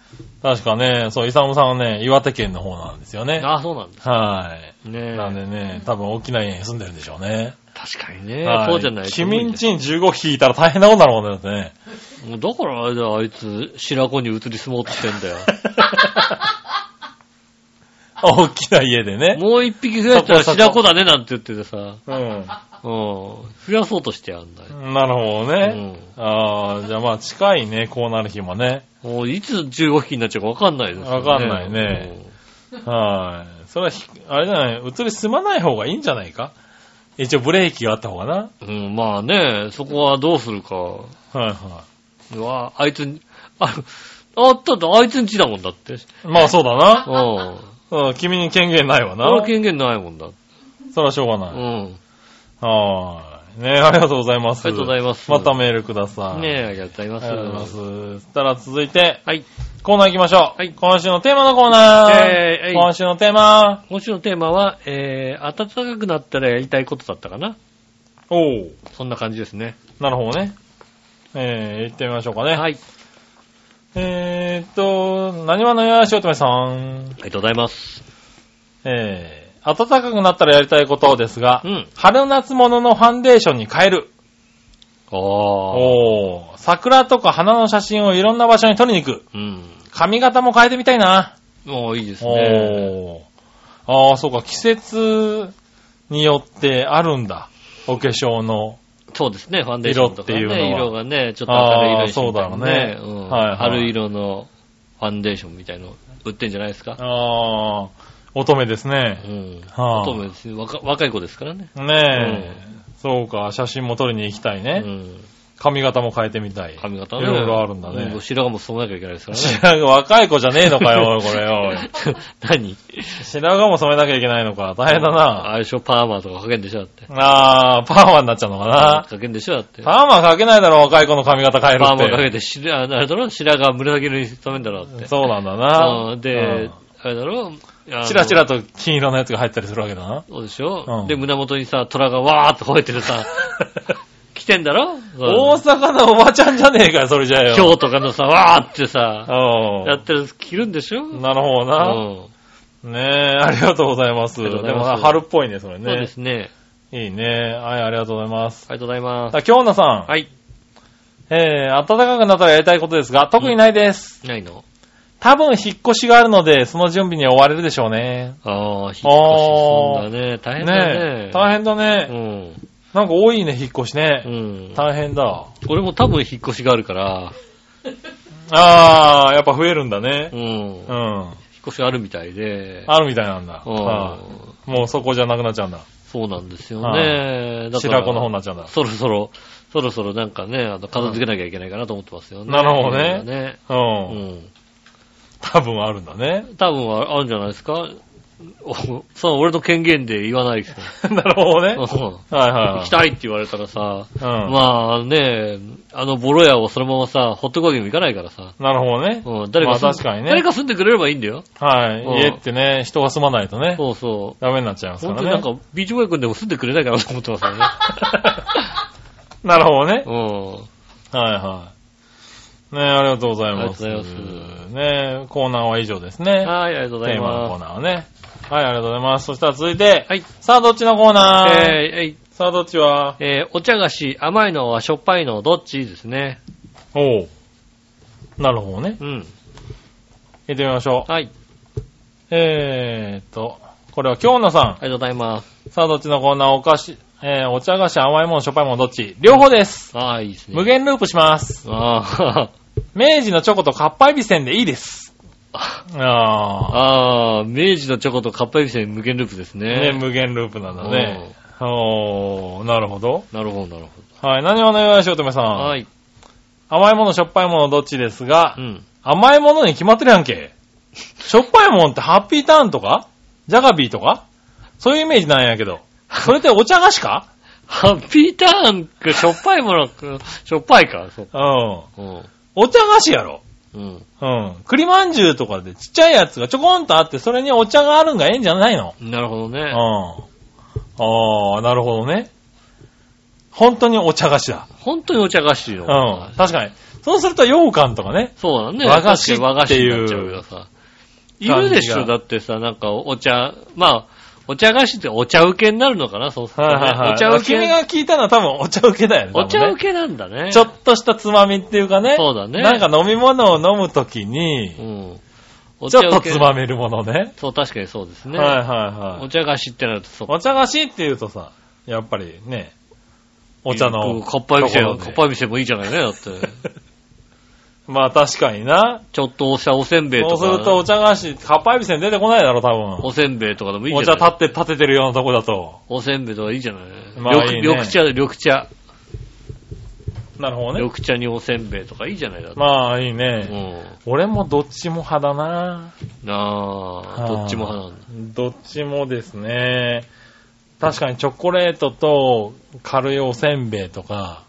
S3: 確かね、そう、イサムさんはね、岩手県の方なんですよね。
S2: ああ、そうなんだ。
S3: はい。
S2: ねえ。
S3: なんでね、多分大きな家に住んでるんでしょうね。
S2: 確かにね
S3: は。い
S2: そうじゃないと無理
S3: 君
S2: だ
S3: んちに15匹いたら大変なことになるもんだ よね。
S2: もうだからあれだよ、あいつ、白子に移り住もうとしてんだ よ。
S3: 大きな家でね。
S2: もう一匹増やしたら
S3: そこそ
S2: 白
S3: こ
S2: 子だねなんて言っててさ、
S3: うん。
S2: うん。増やそうとしてやんだよ。
S3: なるほどね。
S2: う
S3: ああ、じゃあまあ近いね、こうなる日もね。
S2: もういつ15匹になっちゃうかわかんないですよね。
S3: わかんないねはい。それはひ、あれじゃない、移り住まない方がいいんじゃないか一応ブレーキがあった方がな。は
S2: うん。うん、まあね、そこはどうするか。
S3: いは
S2: うわあいつに、あ、あったと、あいつんちだもんだって。
S3: い。まあそうだな
S2: う。ん。
S3: うん、君に権限ないわな。
S2: 俺権限ないもんだ。
S3: それはしょうが
S2: う
S3: ない。
S2: ん。
S3: はーい。ねありがとうございます。
S2: ありがとうございます
S3: またメールください。
S2: ねえ、ありがとうご
S3: あ
S2: ざ
S3: り
S2: い
S3: がとう
S2: ま
S3: ご
S2: す。
S3: ざいます。そしたら続いて、
S2: はい。
S3: コーナー行きましょう。
S2: はい
S3: 今週のテーマのコーナー。
S2: えーえい
S3: 今週のテーマ
S2: 今週のテーマは、えー、暖かくなったらやりたいことだったかな
S3: おお
S2: そんな感じですね。
S3: なるほどね。えー、行ってみましょうかね。
S2: はい。
S3: えーっと、何話のよしおとめさん
S2: あ。りがとうございます。
S3: えー、暖かくなったらやりたいことですが、
S2: うん。
S3: 春夏物のファンデーションに変える。
S2: ああ。
S3: おー桜とか花の写真をいろんな場所に撮りに行く。
S2: うん。
S3: 髪型も変えてみたいな。
S2: もういいですね。
S3: おー。ああ、そうか、季節によってあるんだ。お化粧の。
S2: そうですね、ファンデーションとかね。
S3: 色っていうのは
S2: 色がね、ちょっと明るい色にしてみたいな
S3: あーそうだろうね
S2: ん
S3: はいはい
S2: 春色のファンデーションみたいの売ってんじゃないですか。
S3: ああ、乙女です
S2: う
S3: ね。
S2: ん。
S3: はあ
S2: 乙女ですよ若若い子ですからね。
S3: ねえ。そうか、写真も撮りに行きたいうね。
S2: ん。
S3: 髪型も変えてみたい。
S2: 髪型
S3: いろいろあるんだね
S2: う白髪も染めなきゃいけないですから
S3: 白
S2: ね。
S3: 髪、 若い子じゃねえのかよ、これよ。
S2: 何
S3: 白髪も染めなきゃいけないのか。大変だな。
S2: あれでしょ、パーマとかかけんでしょだって。
S3: ああ、パーマになっちゃうのかな。
S2: かけんでしょだって。
S3: パーマかけないだろ、若い子の髪型変えるって。
S2: パーマかけて、しああれだろ白髪紫色に染めんだろだって。
S3: そうなんだ
S2: う
S3: な。
S2: ん
S3: う
S2: で
S3: ん、
S2: あれだろあの
S3: チラチラと金色のやつが入ったりするわけだな。
S2: そうでしょ、
S3: うん
S2: で、胸元にさ、虎がわーっと吠えてる さ、来てんだろ
S3: 大阪のおばちゃんじゃねえかよ、それじゃよ。
S2: 今日とかのさ、わーってさ、
S3: う
S2: やってる、着るんでしょ
S3: ん。なるほどな。
S2: うん
S3: ねえ、ありがとうございます。
S2: あ
S3: で
S2: りがとうござい
S3: も
S2: ます
S3: 春っぽいね、それ
S2: そうで
S3: ね。
S2: すね。
S3: いいね。はい、ありがとうございます。
S2: ありがとうございます。
S3: さあ、京奈さん。
S2: はい。
S3: えー、暖かくなったらやりたいことですが、特にないです。
S2: ないの
S3: 多分引っ越しがあるので、その準備に追われるでしょうね。
S2: ああ、引っ越しす
S3: あー
S2: るんだね。大変だね
S3: ねえ。。大変だね。
S2: 変。うん。
S3: なんか多いね、引っ越し
S2: う
S3: ね。
S2: ん。
S3: 大変だ。
S2: 俺も多分引っ越しがあるから、
S3: あー、やっぱ増えるんだ
S2: う
S3: ね。
S2: ん。引
S3: う
S2: っ
S3: ん。
S2: 越しあるみたいで、
S3: あるみたいなんだ。
S2: うん
S3: はいもうそこじゃなくなっちゃうんだ。
S2: そうなんですよ
S3: は
S2: ね。だから
S3: 白子の方になっちゃうんだ。
S2: そろそろ、そろそろなんかね、あの、片付けなきゃいけないかなと思ってますよね。
S3: なるほどね
S2: 今ね
S3: う。
S2: うんん。
S3: 多分あるんだね。
S2: 多分はあるんじゃないですかおそう、俺の権限で言わない ですけ
S3: なるほどね。
S2: ど。うん
S3: はいはい。
S2: 行きたいって言われたらさ、
S3: うん。
S2: まあね、あのボロ屋をそのままさ、ほっとくわけにもいかないからさ、
S3: なるほどね。
S2: うん、誰か住ん
S3: まあ確かにね
S2: 誰か住んでくれればいいんだよ。
S3: はい。
S2: うん
S3: 家ってね、人が住まないとね、
S2: そうそう。
S3: ダメになっちゃいますか
S2: 本
S3: ら
S2: 当
S3: ね。
S2: になんか、ビーチボーイ君でも住んでくれないかなと思ってます からね。
S3: なるほどね。
S2: うん。
S3: はいはい。ねありがとうございます。
S2: ありがとうございま
S3: ねコーナーは以上ですね。
S2: はい、ありがとうござ
S3: テ
S2: い
S3: ーマのコー
S2: ま
S3: ナーはね。はい、ありがとうございます。そしたら続いて、
S2: す。はい。
S3: さあどっちのコーナー、
S2: え
S3: さあどっちは
S2: ー、えー、お茶菓子、甘いのはしょっぱいのどっちですね。
S3: おう。なるほどね。
S2: うん。
S3: 行ってみましょう。
S2: はい。
S3: えーっと、これは京奈さ
S2: ありがとうございます。
S3: ん。さあどっちのコーナーお菓子、えー、お茶菓子、甘いもの、しょっぱいもの、どっち両方です。
S2: ああ、いいですね。
S3: 無限ループします。
S2: あ
S3: 明治のチョコとカッパエビせんでいいです。
S2: あ。
S3: ああ。
S2: ああ、明治のチョコとカッパエビセン無限ループですね。
S3: ね、無限ループなんだね。おー、なるほど。
S2: なるほど、なるほ
S3: はい、何をのよしおとめさん。
S2: ど。はい。
S3: 甘いもの、しょっぱいもの、どっちですが
S2: う、ん。
S3: 甘いものに決まってるやんけ。しょっぱいもんってハッピーターンとか、ジャガビーとか、そういうイメージなんやけど。それってお茶菓子か
S2: ハッピーターンか、しょっぱいものか、しょっぱいか、そう。
S3: うん。
S2: うん。
S3: お茶菓子やろ。
S2: うん。
S3: うん。栗まんじゅうとかでちっちゃいやつがちょこんとあって、それにお茶があるんがええんじゃないの
S2: なるほどね。
S3: うん。ああ、なるほどね。本当にお茶菓子だ。
S2: 本当にお茶菓子の。
S3: うん。確かに。そうすると、羊羹とかね。
S2: そうだね。
S3: 和菓子
S2: 確かに和菓子
S3: って
S2: に
S3: いう
S2: なっちゃうからさ。いるでし
S3: 感
S2: ょ、
S3: じが
S2: だってさ、なんかお茶、まあ、お茶菓子ってお茶受けになるのかな、そうするとねお茶受
S3: 君
S2: け、
S3: が聞いたのは多分お茶受けだよね。
S2: お茶受
S3: け、
S2: けなんだね。
S3: ちょっとしたつまみっていうかね。
S2: そうだね
S3: なんか飲み物を飲むときに
S2: う、ん。お
S3: ち
S2: 茶
S3: ょ
S2: 受
S3: っと
S2: け。
S3: つまめるものね。
S2: そう、確かにそうですね。
S3: はいはいは
S2: お
S3: い。
S2: 茶菓子ってなると、そう。
S3: お茶菓子って言うとさ、やっぱりね、お茶の。
S2: カッパエビせん、
S3: ところで
S2: カッパエビせんもいいじゃないね、だって。
S3: まあ確かにな。
S2: ちょっとおしゃおせんべいと
S3: そ
S2: か。
S3: うするとお茶菓子、カッパエビせん出てこないだろ、多分。
S2: おせんべいとかでもいい
S3: お
S2: じ
S3: 茶
S2: ゃ
S3: 立
S2: ない
S3: って、立ててるようなとこだと。
S2: おせんべいとかいいじゃない
S3: まあいいね
S2: 緑緑茶、緑茶。
S3: なるほどね。
S2: 緑茶におせんべいとかいいじゃないだって。
S3: まあ、いいうね。
S2: ん。
S3: 俺もどっちも派だな
S2: なあ、どっちも派なんだ。
S3: どっちもですね。確かにチョコレートと軽いおせんべいとか、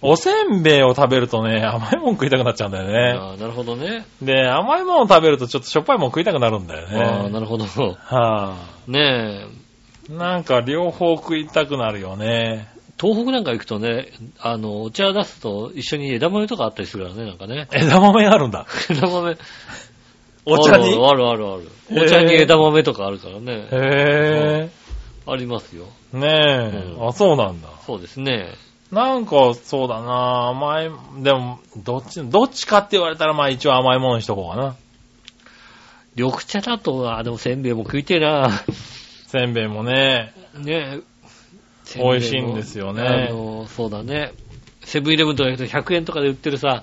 S3: おせんべいを食べるとね、甘いもん食いたくなっちゃうんだよね。
S2: ああなるほどね。
S3: で、甘いものを食べるとちょっとしょっぱいもん食いたくなるんだよ
S2: ああ
S3: ね。
S2: なるほど。
S3: はあ、
S2: ねえ、
S3: なんか両方食いたくなるよね。。
S2: 東北なんか行くとね、あの、お茶出すと一緒に枝豆とかあったりするからね、なんかね
S3: 枝豆があるんだ。
S2: 枝豆。
S3: お茶に
S2: あるあるあるある。
S3: へえ
S2: お茶に枝豆とかあるからね。
S3: へ
S2: ありますよ。
S3: え。ねえ。
S2: うん
S3: あ、そうなんだ。
S2: そうですね。
S3: なんか、そうだな甘い、でも、どっち、どっちかって言われたら、まあ一応甘いものにしとこうかな。
S2: 緑茶だと、あ、でもせんべいも食いてえな。
S3: せんべいもね、
S2: ねえ。
S3: 美味しいんですよね
S2: あの、そうだね。セブンイレブンとか行くと100円とかで売ってるさ、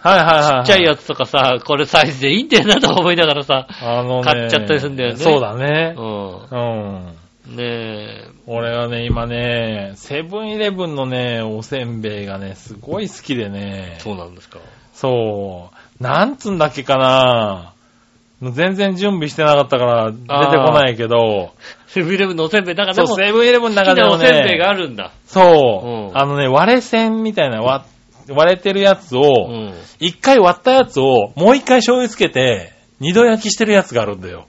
S3: はいはいはい。
S2: ちっちゃいや
S3: つ。
S2: つとかさ、これサイズでいいんだよなと思いながらさ、
S3: あのね。
S2: 買っちゃったりするんだよね
S3: そうだね。
S2: う
S3: うん。
S2: ん。ねえ。
S3: 俺はね、今ね、セブンイレブンのね、おせんべいがね、すごい好きでね。
S2: そうなんですか。
S3: そう。なんつんだっけかな全然準備してなかったから、出てこないけど。
S2: セブンイレブンのおせんべい、だからで
S3: そ
S2: も、
S3: う、
S2: 好
S3: セブンイレブンの中
S2: き
S3: で
S2: な
S3: も
S2: お
S3: ね。
S2: せんべいがあるんだ。
S3: そう、
S2: うん
S3: あのね、割れ線みたいな割割れてるやつ
S2: う
S3: を、
S2: ん。
S3: 一、回割ったやつを、もう一回醤油つけて、二度焼きしてるやつがあるんだよ。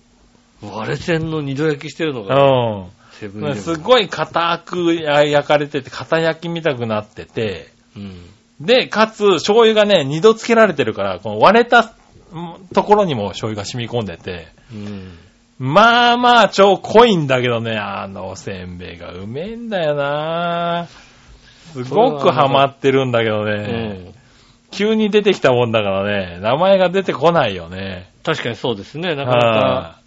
S2: 割れ線の二度焼きしてるのが、
S3: う
S2: セブンイレ
S3: ん。
S2: ブン。
S3: すごい硬く焼かれてて、硬焼きみたくなってて、
S2: うん。
S3: で、かつ、醤油がね、二度つけられてるから、この割れたうんところにも醤油が染み込んでて、
S2: うん。
S3: まあまあ、超濃いんだけどね、あのおせんべいがうめえんだよなすごくハマってるんだけどね。
S2: うん。
S3: 急に出てきたもんだからね、名前が出てこないよね。
S2: 確かにそうですね。なかなか、
S3: は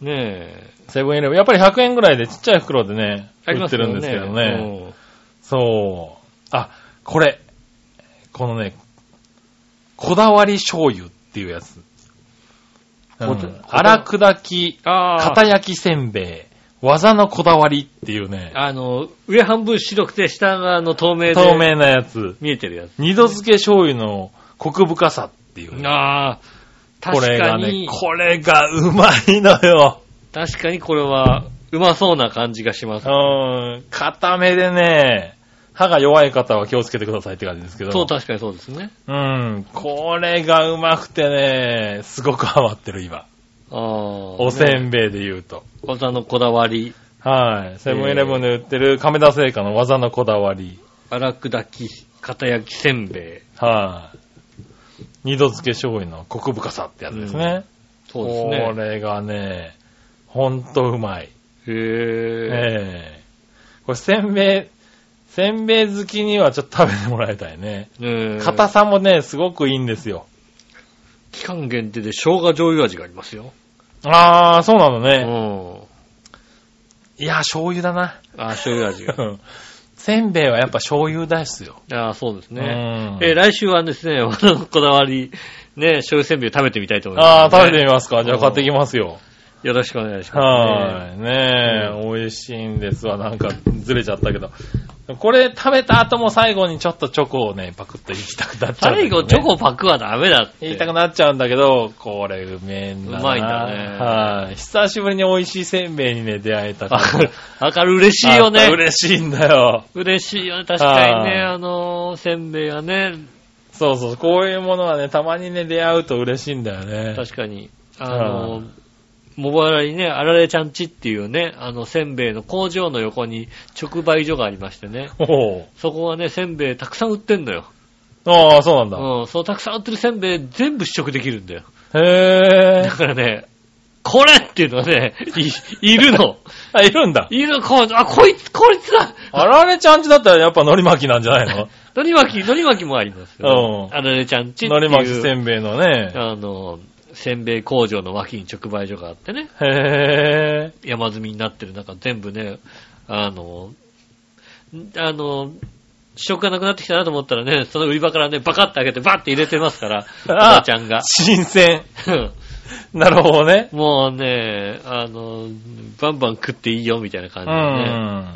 S2: ねえ。
S3: い。セブンイレブン。やっぱり100円ぐらいでちっちゃい袋でね、
S2: あり
S3: 売
S2: ま
S3: ってるんですけどね。
S2: うん
S3: そう。あ、これ。このね、こだわり醤油っていうやつ。
S2: こ
S3: う
S2: こ
S3: ん
S2: だ
S3: 荒砕き、
S2: ああ。
S3: 片焼きせんべい、技のこだわりっていうね、
S2: あの、上半分白くて下があの透明で。
S3: 透。明なやつ。
S2: 見えてるやつ。
S3: 二度漬け醤油のコク深さっていう。
S2: ああ。
S3: こ
S2: 確
S3: れ
S2: か
S3: がね
S2: に、、
S3: これがうまいのよ。
S2: 確かにこれは、うまそうな感じがします。
S3: うん、固めでね、歯が弱い方は気をつけてくださいって感じですけど。
S2: そう、確かにそうですね。
S3: うん、これがうまくてね、すごくハマってる今。
S2: ああ。
S3: おせんべいで言うと。
S2: 技のこだわり、
S3: はい。セブンイレブンで売ってる亀田製菓の技のこだわり。
S2: 荒砕き、片焼きせんべい。
S3: はい。二度漬け醤油のコク深さってやつですね。
S2: そうですね
S3: こ。れがね、ほんとうまい。
S2: へえ。
S3: ええこれせんべい、せんべい好きにはちょっと食べてもらいたいね。
S2: ねえ
S3: 硬さもね、すごくいいんですよ。
S2: 期間限定で生姜醤油味がありますよ。
S3: あー、そうなの
S2: う
S3: ね。
S2: ん。
S3: いや、醤油だな。
S2: あ、醤油味が。
S3: せんべいはやっぱ醤油ですよ。
S2: ああ、そうですね。
S3: ね
S2: えー来週はですね、 技のこだわり、ね、醤油せんべい食べてみたいと思い
S3: あ
S2: ま
S3: あ、
S2: す、ね。
S3: 食べてみますか。じゃあ買ってきますよ。
S2: よろしくお願いしま
S3: はーい。ねえ、美味しいんですわ。なんかずれちゃったけど。これ食べた後も最後にちょっとチョコをね、パクッといきたくなっ
S2: す、ね。
S3: ちゃうんだけ
S2: 最
S3: ど
S2: 後、
S3: ね
S2: チョコパクはダメだって。
S3: 言いたくなっちゃうんだけど、これうめえんだな。
S2: うまいんだね
S3: はい。久しぶりに美味しいせんべいにね、出会えたから。
S2: あ明るい、嬉しいよ
S3: あ
S2: ね。
S3: 嬉しいんだよ。
S2: 嬉しいよね。確かにね、
S3: は
S2: あのー、せんべいはね、
S3: そうそう、こういうものはね、たまにね、出会うと嬉しいんだよね。
S2: 確かに、あ
S3: う
S2: の、茂原にね、あられちゃんちっていうね、あの、せんべいの工場の横に直売所がありましてね、
S3: おう
S2: そこはね、せんべいたくさん売ってんのよ。
S3: ああ、そうなんだ。
S2: うん、そう、たくさん売ってるせんべい全部試食できるんだよ。
S3: へえ
S2: だ。 からね、これっていうのはね、い、いるの。
S3: あ、いるんだ。
S2: いるこあ、こいつ、こいつだ
S3: あられちゃんちだったらやっぱ海苔巻きなんじゃ ないの
S2: のり巻き、のり巻きもありますよ。
S3: うん
S2: あられちゃんちって
S3: 海苔巻き
S2: い
S3: せ
S2: う、
S3: んべいのね。
S2: あの、せんべい工場の脇に直売所があってね。
S3: へえ。
S2: 山積みになってる中、全部ね、あの、んあの、試食がなくなってきたなと思ったらね、その売り場からね、バカって開けてバッて入れてますから、おばちゃんが。
S3: 新鮮。なるほどね。
S2: もうね、あの、バンバン食っていいよみたいな
S3: う
S2: 感
S3: ん。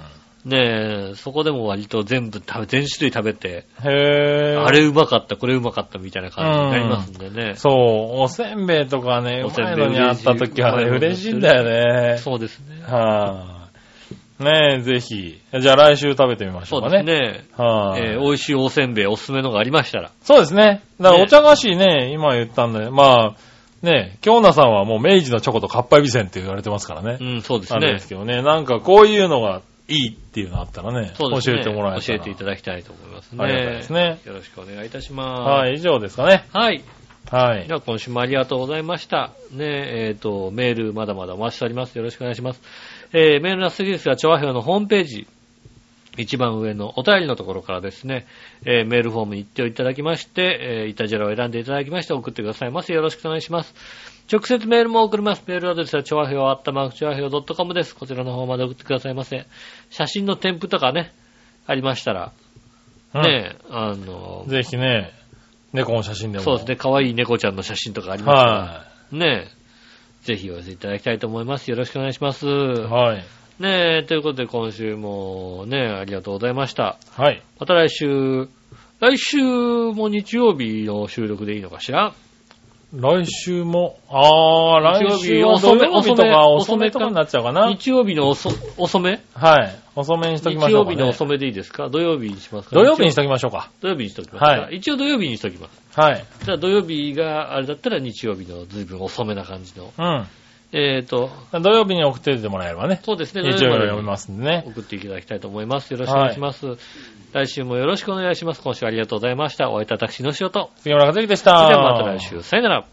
S2: じでね。ねえ、そこでも割と全部食べ、全種類食べて、
S3: へえ。
S2: あれうまかった、これうまかったみたいな感じになりますんでね。
S3: そう、おせんべいとかね、
S2: お
S3: う
S2: せ
S3: ま
S2: ん
S3: い
S2: べい
S3: のにあった時はね、嬉
S2: 嬉
S3: し
S2: し
S3: い
S2: い
S3: んだよね。
S2: そうですね。
S3: はい、ねえ、ぜひ。じゃあ来週食べてみまし
S2: そ
S3: ょ
S2: うう
S3: か
S2: です
S3: ね。
S2: ね。
S3: はい、
S2: えー美味しいおせんべいおすすめのがありましたら。
S3: そうですね。だから
S2: ね
S3: お茶菓子ね、今言ったんで、まあ、ね、京奈さんはもう明治のチョコとカッパエビセンって言われてますからね。
S2: うん、そうです
S3: あれ
S2: ね
S3: です。けどね、なんかこういうのがいいっていうのあったらね、
S2: そうです
S3: 教
S2: ね。
S3: えてもらえたら。
S2: 教えていただきたいと思いますね。
S3: ありがたいですね。
S2: よろしくお願いいたします。
S3: はい、以上ですかね。
S2: はい。
S3: はい。
S2: では今週もありがとうございました。ねえ、っ、と、メールまだまだお待ちしております。よろしくお願いします。えー、メールのアスリですが、調和表のホームページ、一番上のお便りのところからですね、えーメールフォームに行っていただきまして、えー、イタジェラを選んでいただきまして送ってくださいませ。よろしくお願いします。直接メールも送ります。メールアドレスは、調和表、あったまく調和表 .com です。こちらの方まで送ってくださいませ。写真の添付とかね、ありましたら、
S3: うん
S2: ねえ、あの、
S3: ぜひね、猫の写真でも。
S2: そうですね、可愛い猫ちゃんの写真とかありましたら、
S3: は
S2: ねえ、ぜひお寄せいただきたいと思います。よろしくお願いします。
S3: い。はい。
S2: ねえ、ということで今週もね、ありがとうございました。
S3: はい。
S2: また来週、来週も日曜日の収録でいいのかしら
S3: 来週も、あー、来
S2: 日
S3: 週
S2: 曜日
S3: 遅め、遅めとか、遅
S2: 遅め
S3: めとかになっちゃうかな。
S2: 日曜日の遅遅め
S3: はい。遅めにしときま
S2: 日
S3: しょ
S2: 曜
S3: うか、ね。
S2: 日の遅めでいいですか土曜日にしますか
S3: 土曜日にし
S2: と
S3: ときましょうか。
S2: 土曜日にしときますか、
S3: は
S2: 一応土曜日にしときます。
S3: はい。
S2: じゃあ土曜日があれだったら日曜日の随分遅めな感じの。
S3: う
S2: えーと、
S3: ん。土曜日に送っててもらえればね。
S2: そうですね、
S3: 日曜日
S2: 土
S3: は
S2: まで
S3: 読みますんでね。
S2: 送っていただきたいと思います。よろしくお願いします。来週もよろしくお願いします。今週はありがとうございました。お会いいた私の仕事。
S3: 杉村和之でした。
S2: それではまた来週。さよなら。